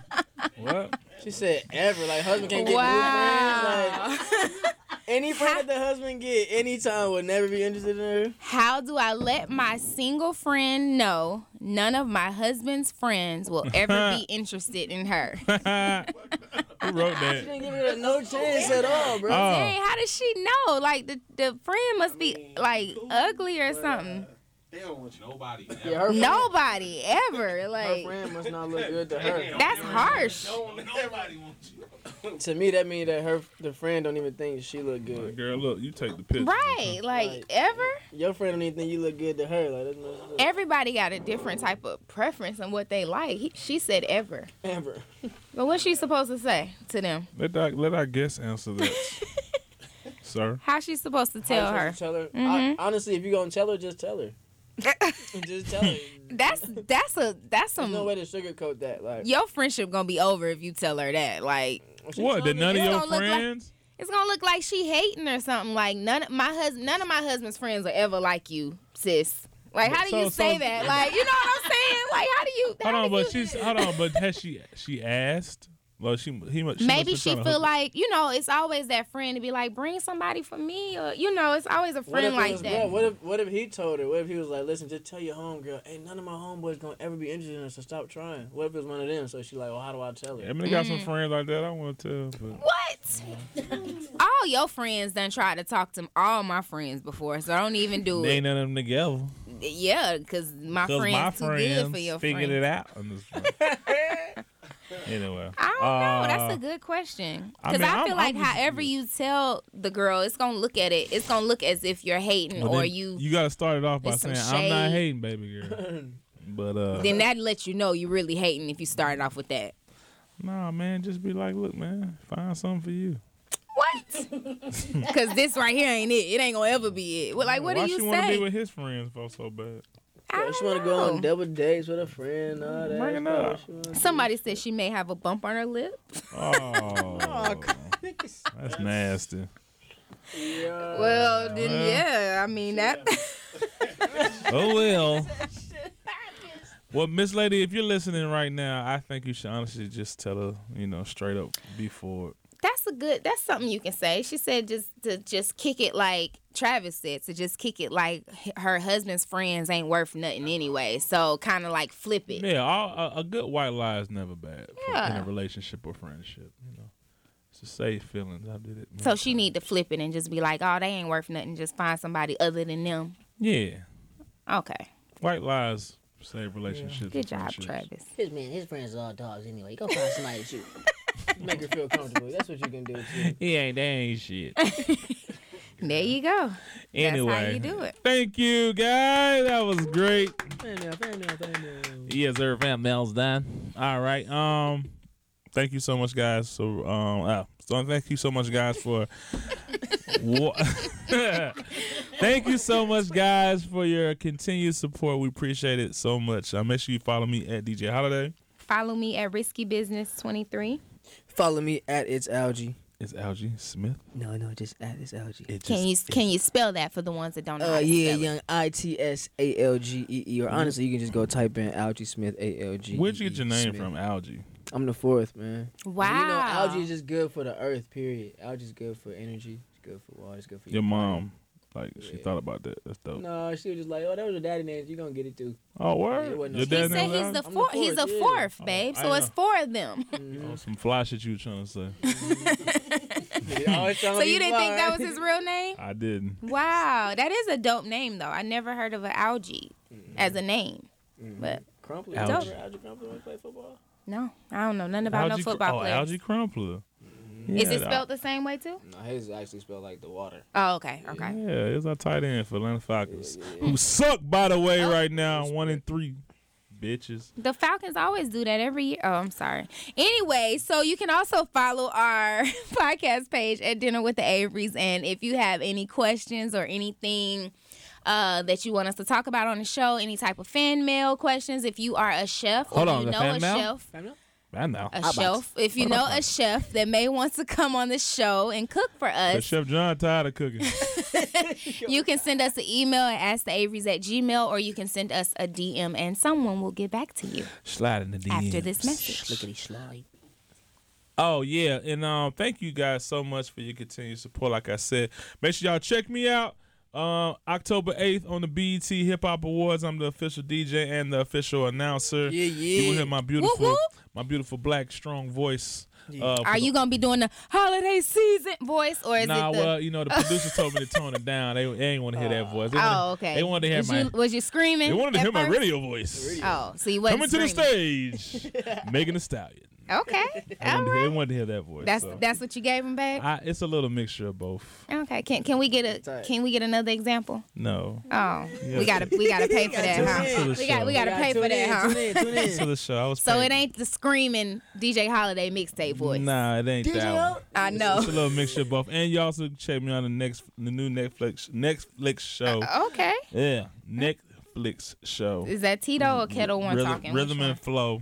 Speaker 2: What?
Speaker 4: She said ever. Like husband can get new friends. Like
Speaker 3: Wow.
Speaker 4: any friend that the husband get anytime would never be interested in her.
Speaker 3: How do I let my single friend know none of my husband's friends will ever be interested in her?
Speaker 2: Who wrote
Speaker 4: She
Speaker 2: that?
Speaker 4: didn't give her no chance at all, bro.
Speaker 2: Oh,
Speaker 3: Dang, how does she know? Like the, the friend must be like ugly or something.
Speaker 5: They don't want you. Nobody.
Speaker 4: yeah, her,
Speaker 3: Nobody ever.
Speaker 4: her
Speaker 3: Like
Speaker 4: friend must not look good to her.
Speaker 3: that's harsh.
Speaker 5: Nobody wants you.
Speaker 4: to me, that means that her the friend don't even think she look good.
Speaker 2: girl, look, you take the picture.
Speaker 3: Right. Like
Speaker 4: Right.
Speaker 3: ever?
Speaker 4: Your friend don't even think you look good to her. Like that's not
Speaker 3: Everybody got a different type of preference and what they like. He, she said ever.
Speaker 4: ever.
Speaker 3: But what's she supposed to say to them?
Speaker 2: Let our, let our guest answer that, sir.
Speaker 3: How's she supposed to
Speaker 4: How
Speaker 3: tell
Speaker 4: you
Speaker 3: her? Mm-hmm.
Speaker 4: supposed to Tell her. I, honestly, if you gonna tell her, just tell her. just tell her.
Speaker 3: That's that's a that's
Speaker 4: There's
Speaker 3: some
Speaker 4: no way to sugarcoat that. Like
Speaker 3: your friendship gonna be over if you tell her that. Like
Speaker 4: when she
Speaker 2: What?
Speaker 4: told
Speaker 2: Did
Speaker 4: me
Speaker 2: none of
Speaker 4: that-
Speaker 3: It's
Speaker 2: your
Speaker 3: gonna look like-
Speaker 2: friends?
Speaker 3: it's gonna look like she hating or something. Like none of my husband, none of my husband's friends will ever like you, sis. Like how do
Speaker 2: So-
Speaker 3: you say
Speaker 2: so-
Speaker 3: that? Like you know what I'm saying? Like how do you?
Speaker 2: Hold
Speaker 3: how
Speaker 2: on,
Speaker 3: do
Speaker 2: but
Speaker 3: you-
Speaker 2: she's hold on, but has she she asked? Well, she he must.
Speaker 3: Maybe
Speaker 2: must
Speaker 3: she
Speaker 2: have tried to
Speaker 3: feel
Speaker 2: hook-
Speaker 3: like you know it's always that friend to be like bring somebody for me or you know it's always a
Speaker 4: What
Speaker 3: friend
Speaker 4: if it
Speaker 3: like
Speaker 4: was-
Speaker 3: that.
Speaker 4: yeah, What if what if he told her? What if he was like, listen, just tell your homegirl, ain't none of my homeboys gonna ever be interested in her, so stop trying. What if it was one of them? So she like, well, how do I tell her?
Speaker 2: I mean, they got
Speaker 3: Mm.
Speaker 2: some friends like that. I want to tell. But.
Speaker 3: What? all your friends done tried to talk to all my friends before, so don't even do
Speaker 2: They
Speaker 3: it.
Speaker 2: ain't none of them together.
Speaker 3: Yeah, because my
Speaker 2: Cause
Speaker 3: friends
Speaker 2: my
Speaker 3: too
Speaker 2: friends
Speaker 3: good for your
Speaker 2: figured
Speaker 3: friend.
Speaker 2: it out. on this one. anyway,
Speaker 3: I don't know. That's
Speaker 2: Uh,
Speaker 3: a good question.
Speaker 2: I
Speaker 3: Because
Speaker 2: mean,
Speaker 3: I,
Speaker 2: I'm-
Speaker 3: feel like
Speaker 2: I'm just-
Speaker 3: however you tell the girl, it's gonna look at it. It's gonna look as if you're hating
Speaker 2: Well,
Speaker 3: or
Speaker 2: then
Speaker 3: you.
Speaker 2: You got to start it off by
Speaker 3: it's
Speaker 2: saying
Speaker 3: some
Speaker 2: I'm not
Speaker 3: shade."
Speaker 2: hating, baby girl. But uh,
Speaker 3: Then that lets you know you really hating if you started off with that.
Speaker 2: nah, man, just be like, look, man, find something for you.
Speaker 3: What? Because this right here ain't it. It ain't gonna ever be it. Well, like, what
Speaker 2: Why
Speaker 3: do
Speaker 2: she
Speaker 3: you
Speaker 2: wanna
Speaker 3: say?
Speaker 2: be with his friends for so bad?
Speaker 3: I
Speaker 4: Yeah, she
Speaker 3: don't
Speaker 4: want to go on
Speaker 3: know.
Speaker 4: double dates with a friend. All that.
Speaker 2: Bring it
Speaker 4: That's
Speaker 2: up.
Speaker 4: what she wanna
Speaker 3: Somebody said she may have a bump on her lip.
Speaker 2: Oh, that's nasty.
Speaker 4: do. Yeah.
Speaker 3: Well, then
Speaker 2: Well.
Speaker 3: yeah, I mean that.
Speaker 2: Oh well. Well, Miss Lady, if you're listening right now, I think you should honestly just tell her, you know, straight up, be forward.
Speaker 3: that's a good. That's something you can say. She said just to just kick it like Travis said to just kick it like h- her husband's friends ain't worth nothing anyway. So kind of like flip it.
Speaker 2: Yeah, all, a, a good white lie is never bad for, in
Speaker 3: Yeah.
Speaker 2: a relationship or friendship. You know, it's a safe feeling. I did it.
Speaker 3: So
Speaker 2: many
Speaker 3: she
Speaker 2: times.
Speaker 3: need to flip it and just be like, oh, they ain't worth nothing. Just find somebody other than them.
Speaker 2: Yeah,
Speaker 3: Okay,
Speaker 2: white lies save relationships. and
Speaker 3: good job,
Speaker 2: friendships.
Speaker 3: Travis.
Speaker 6: His man, his friends are all dogs anyway. Go find somebody to shoot.
Speaker 4: Make her feel comfortable. That's what you can do too.
Speaker 2: He ain't that ain't shit.
Speaker 3: There you go.
Speaker 2: anyway,
Speaker 3: you do it.
Speaker 2: Thank you, guys. That was great.
Speaker 4: Fan mail, fan mail, fan mail.
Speaker 2: Yes, sir. Fam, mail's done. All right. Um, thank you so much, guys. So, um, uh, so thank you so much, guys, for. Wa- thank you so much, guys, for your continued support. We appreciate it so much. Uh, make sure you follow me at DJ Holiday.
Speaker 3: Follow me at Risky Business Twenty Three.
Speaker 4: Follow me at it's algae.
Speaker 2: It's Algie Smith.
Speaker 4: No, no, just at it's algae.
Speaker 2: It
Speaker 3: Can
Speaker 2: just-
Speaker 3: you can you spell that for the ones that don't know? how
Speaker 4: Uh,
Speaker 3: to
Speaker 4: yeah,
Speaker 3: spell it?
Speaker 4: young I T S A L G E E. Or honestly, you can just go type in Algie Smith A L G. E
Speaker 2: Where'd you get your name from, Algie?
Speaker 4: I'm the fourth man.
Speaker 3: Wow.
Speaker 4: You know, algae is just good for the earth. Period. Algae is good for energy. It's good for water. It's good for
Speaker 2: Your mom. Like she
Speaker 4: Yeah.
Speaker 2: thought about that. That's dope.
Speaker 4: No, she was just like, oh, that was your daddy name. You gonna get it too.
Speaker 2: Oh, word.
Speaker 4: It wasn't
Speaker 2: Your
Speaker 4: no-
Speaker 3: He
Speaker 2: dad
Speaker 3: said
Speaker 2: name
Speaker 3: he's
Speaker 2: Algie?
Speaker 3: the
Speaker 4: I'm the
Speaker 3: fourth. He's the
Speaker 4: fourth, yeah.
Speaker 3: fourth, babe.
Speaker 2: I
Speaker 3: so it's
Speaker 2: know.
Speaker 3: four of them.
Speaker 2: Oh, some fly shit you were trying to say.
Speaker 4: "Oh,
Speaker 3: So you didn't think that was his real name?
Speaker 2: I didn't.
Speaker 3: Wow, that is a dope name though. I never heard of an algae as a name. But
Speaker 4: Crumpler.
Speaker 2: Algae.
Speaker 4: Remember Algae Crumpler when he played football?
Speaker 3: No, I don't know nothing about
Speaker 2: Algie-
Speaker 3: no football
Speaker 2: oh,
Speaker 3: players.
Speaker 2: Algie Crumpler.
Speaker 3: Is it
Speaker 2: Yeah,
Speaker 3: spelled the same way too?
Speaker 7: No, his is actually spelled like the water.
Speaker 3: Oh, okay, okay.
Speaker 2: Yeah, it's our tight end for Atlanta Falcons, who suck by the way
Speaker 3: Oh,
Speaker 2: right now, one in three, bitches.
Speaker 3: The Falcons always do that every year. Oh, I'm sorry. Anyway, so you can also follow our podcast page at Dinner with the Averys. And if you have any questions or anything uh, that you want us to talk about on the show, any type of fan mail questions, if you are a chef
Speaker 2: Hold
Speaker 3: or
Speaker 2: on,
Speaker 3: you
Speaker 2: the
Speaker 3: know
Speaker 2: fan
Speaker 3: a
Speaker 2: mail?
Speaker 3: chef,
Speaker 2: I know.
Speaker 3: a chef, if you
Speaker 2: What
Speaker 3: know
Speaker 2: about
Speaker 3: a chef that may want to come on the show and cook for
Speaker 2: But
Speaker 3: us,
Speaker 2: Chef John tired of cooking.
Speaker 3: you can send us an email at asktheaverys at gmail or you can send us a DM and someone will get back to you
Speaker 2: Slide in the DMs.
Speaker 3: after this message.
Speaker 6: Lickety slide.
Speaker 2: Oh yeah, and um, thank you guys so much for your continued support. Like I said, make sure y'all check me out. Um, October eighth on the BET Hip Hop Awards, I'm the official DJ and the official announcer.
Speaker 4: Yeah,
Speaker 2: You will
Speaker 4: yeah.
Speaker 2: hear my beautiful,
Speaker 3: whoop.
Speaker 2: my beautiful black strong voice.
Speaker 4: Yeah.
Speaker 2: uh, for
Speaker 3: Are
Speaker 2: the-
Speaker 3: you gonna be doing the holiday season voice or is
Speaker 2: Nah,
Speaker 3: it the?
Speaker 2: well, you know the producers told me to tone it down. They, they ain't want to hear that voice. They
Speaker 3: oh,
Speaker 2: wanna-
Speaker 3: okay.
Speaker 2: They wanted to hear
Speaker 3: was
Speaker 2: my.
Speaker 3: You, was you screaming?
Speaker 2: they wanted to
Speaker 3: at
Speaker 2: hear my
Speaker 3: first?
Speaker 2: radio voice.
Speaker 3: Oh, so you wasn't
Speaker 2: Coming to the
Speaker 3: screaming.
Speaker 2: stage, Megan Thee Stallion.
Speaker 3: Okay,
Speaker 2: They wanted,
Speaker 3: all
Speaker 2: to hear,
Speaker 3: right.
Speaker 2: they wanted to hear that voice.
Speaker 3: That's
Speaker 2: so.
Speaker 3: that's what you gave him back.
Speaker 2: I, it's a little mixture of both.
Speaker 3: Okay, can can we get a
Speaker 4: Tight.
Speaker 3: can we get another example?
Speaker 2: No.
Speaker 3: Oh,
Speaker 2: Yeah.
Speaker 3: we gotta we gotta pay for that,
Speaker 2: Listen to
Speaker 3: huh?
Speaker 2: the
Speaker 3: We got we
Speaker 2: show.
Speaker 3: gotta pay for
Speaker 4: Tune
Speaker 3: that,
Speaker 4: in,
Speaker 3: huh?
Speaker 4: Tune in, tune in.
Speaker 2: to the show. I was
Speaker 3: So
Speaker 2: paid.
Speaker 3: it ain't the screaming DJ Holiday mixtape voice.
Speaker 2: Nah, it ain't that one.
Speaker 3: I know.
Speaker 2: It's a little mixture of both. And you also check me on the next, the new Netflix Netflix show.
Speaker 3: Okay,
Speaker 2: Yeah, Netflix show.
Speaker 3: is that Tito or Kettle
Speaker 2: Mm-hmm.
Speaker 3: One
Speaker 2: rhythm,
Speaker 3: talking?
Speaker 2: Rhythm
Speaker 3: Which
Speaker 2: and flow.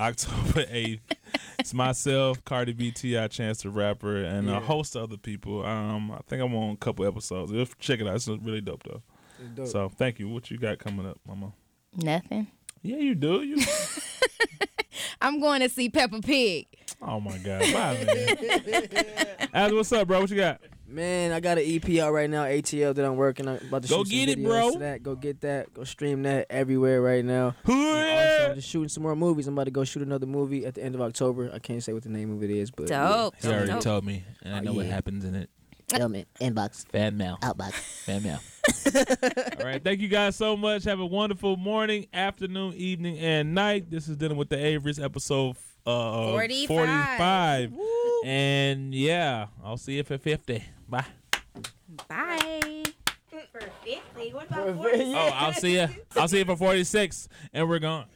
Speaker 2: October eighth. It's myself, Cardi B, Ti, Chance the Rapper, and a host of other people. Um, I think I'm on a couple episodes. If- Check it out. It's really dope though.
Speaker 4: dope.
Speaker 2: So thank you. What you got coming up, Mama?
Speaker 3: one? Nothing.
Speaker 2: Yeah, you do. You.
Speaker 3: I'm going to see Peppa Pig.
Speaker 2: oh my God, bye, man. As what's up, bro? What you got?
Speaker 4: Man, I got an EP out right now, ATL that I'm working on. About to
Speaker 2: Go
Speaker 4: shoot
Speaker 2: get it,
Speaker 4: some videos
Speaker 2: bro.
Speaker 4: to that. Go get that. Go stream that everywhere right now. Also,
Speaker 2: Hooray!
Speaker 4: I'm just shooting some more movies. I'm about to go shoot another movie at the end of October. I can't say what the name of it is, but yeah.
Speaker 3: Dope.
Speaker 7: He already
Speaker 3: dope.
Speaker 7: told me, and I know what
Speaker 4: yeah.
Speaker 7: happens in it.
Speaker 6: Tell me. Oh, Um, Inbox.
Speaker 7: Fan mail.
Speaker 6: Outbox.
Speaker 7: Fan mail.
Speaker 2: All right. Thank you guys so much. Have a wonderful morning, afternoon, evening, and night. This is Dinner with the Averys, episode uh,
Speaker 3: 45.
Speaker 2: 45. And yeah, I'll see you for 50. Bye.
Speaker 3: Bye. Perfectly. What about
Speaker 2: Oh, I'll see you. I'll see you for 46. And we're gone.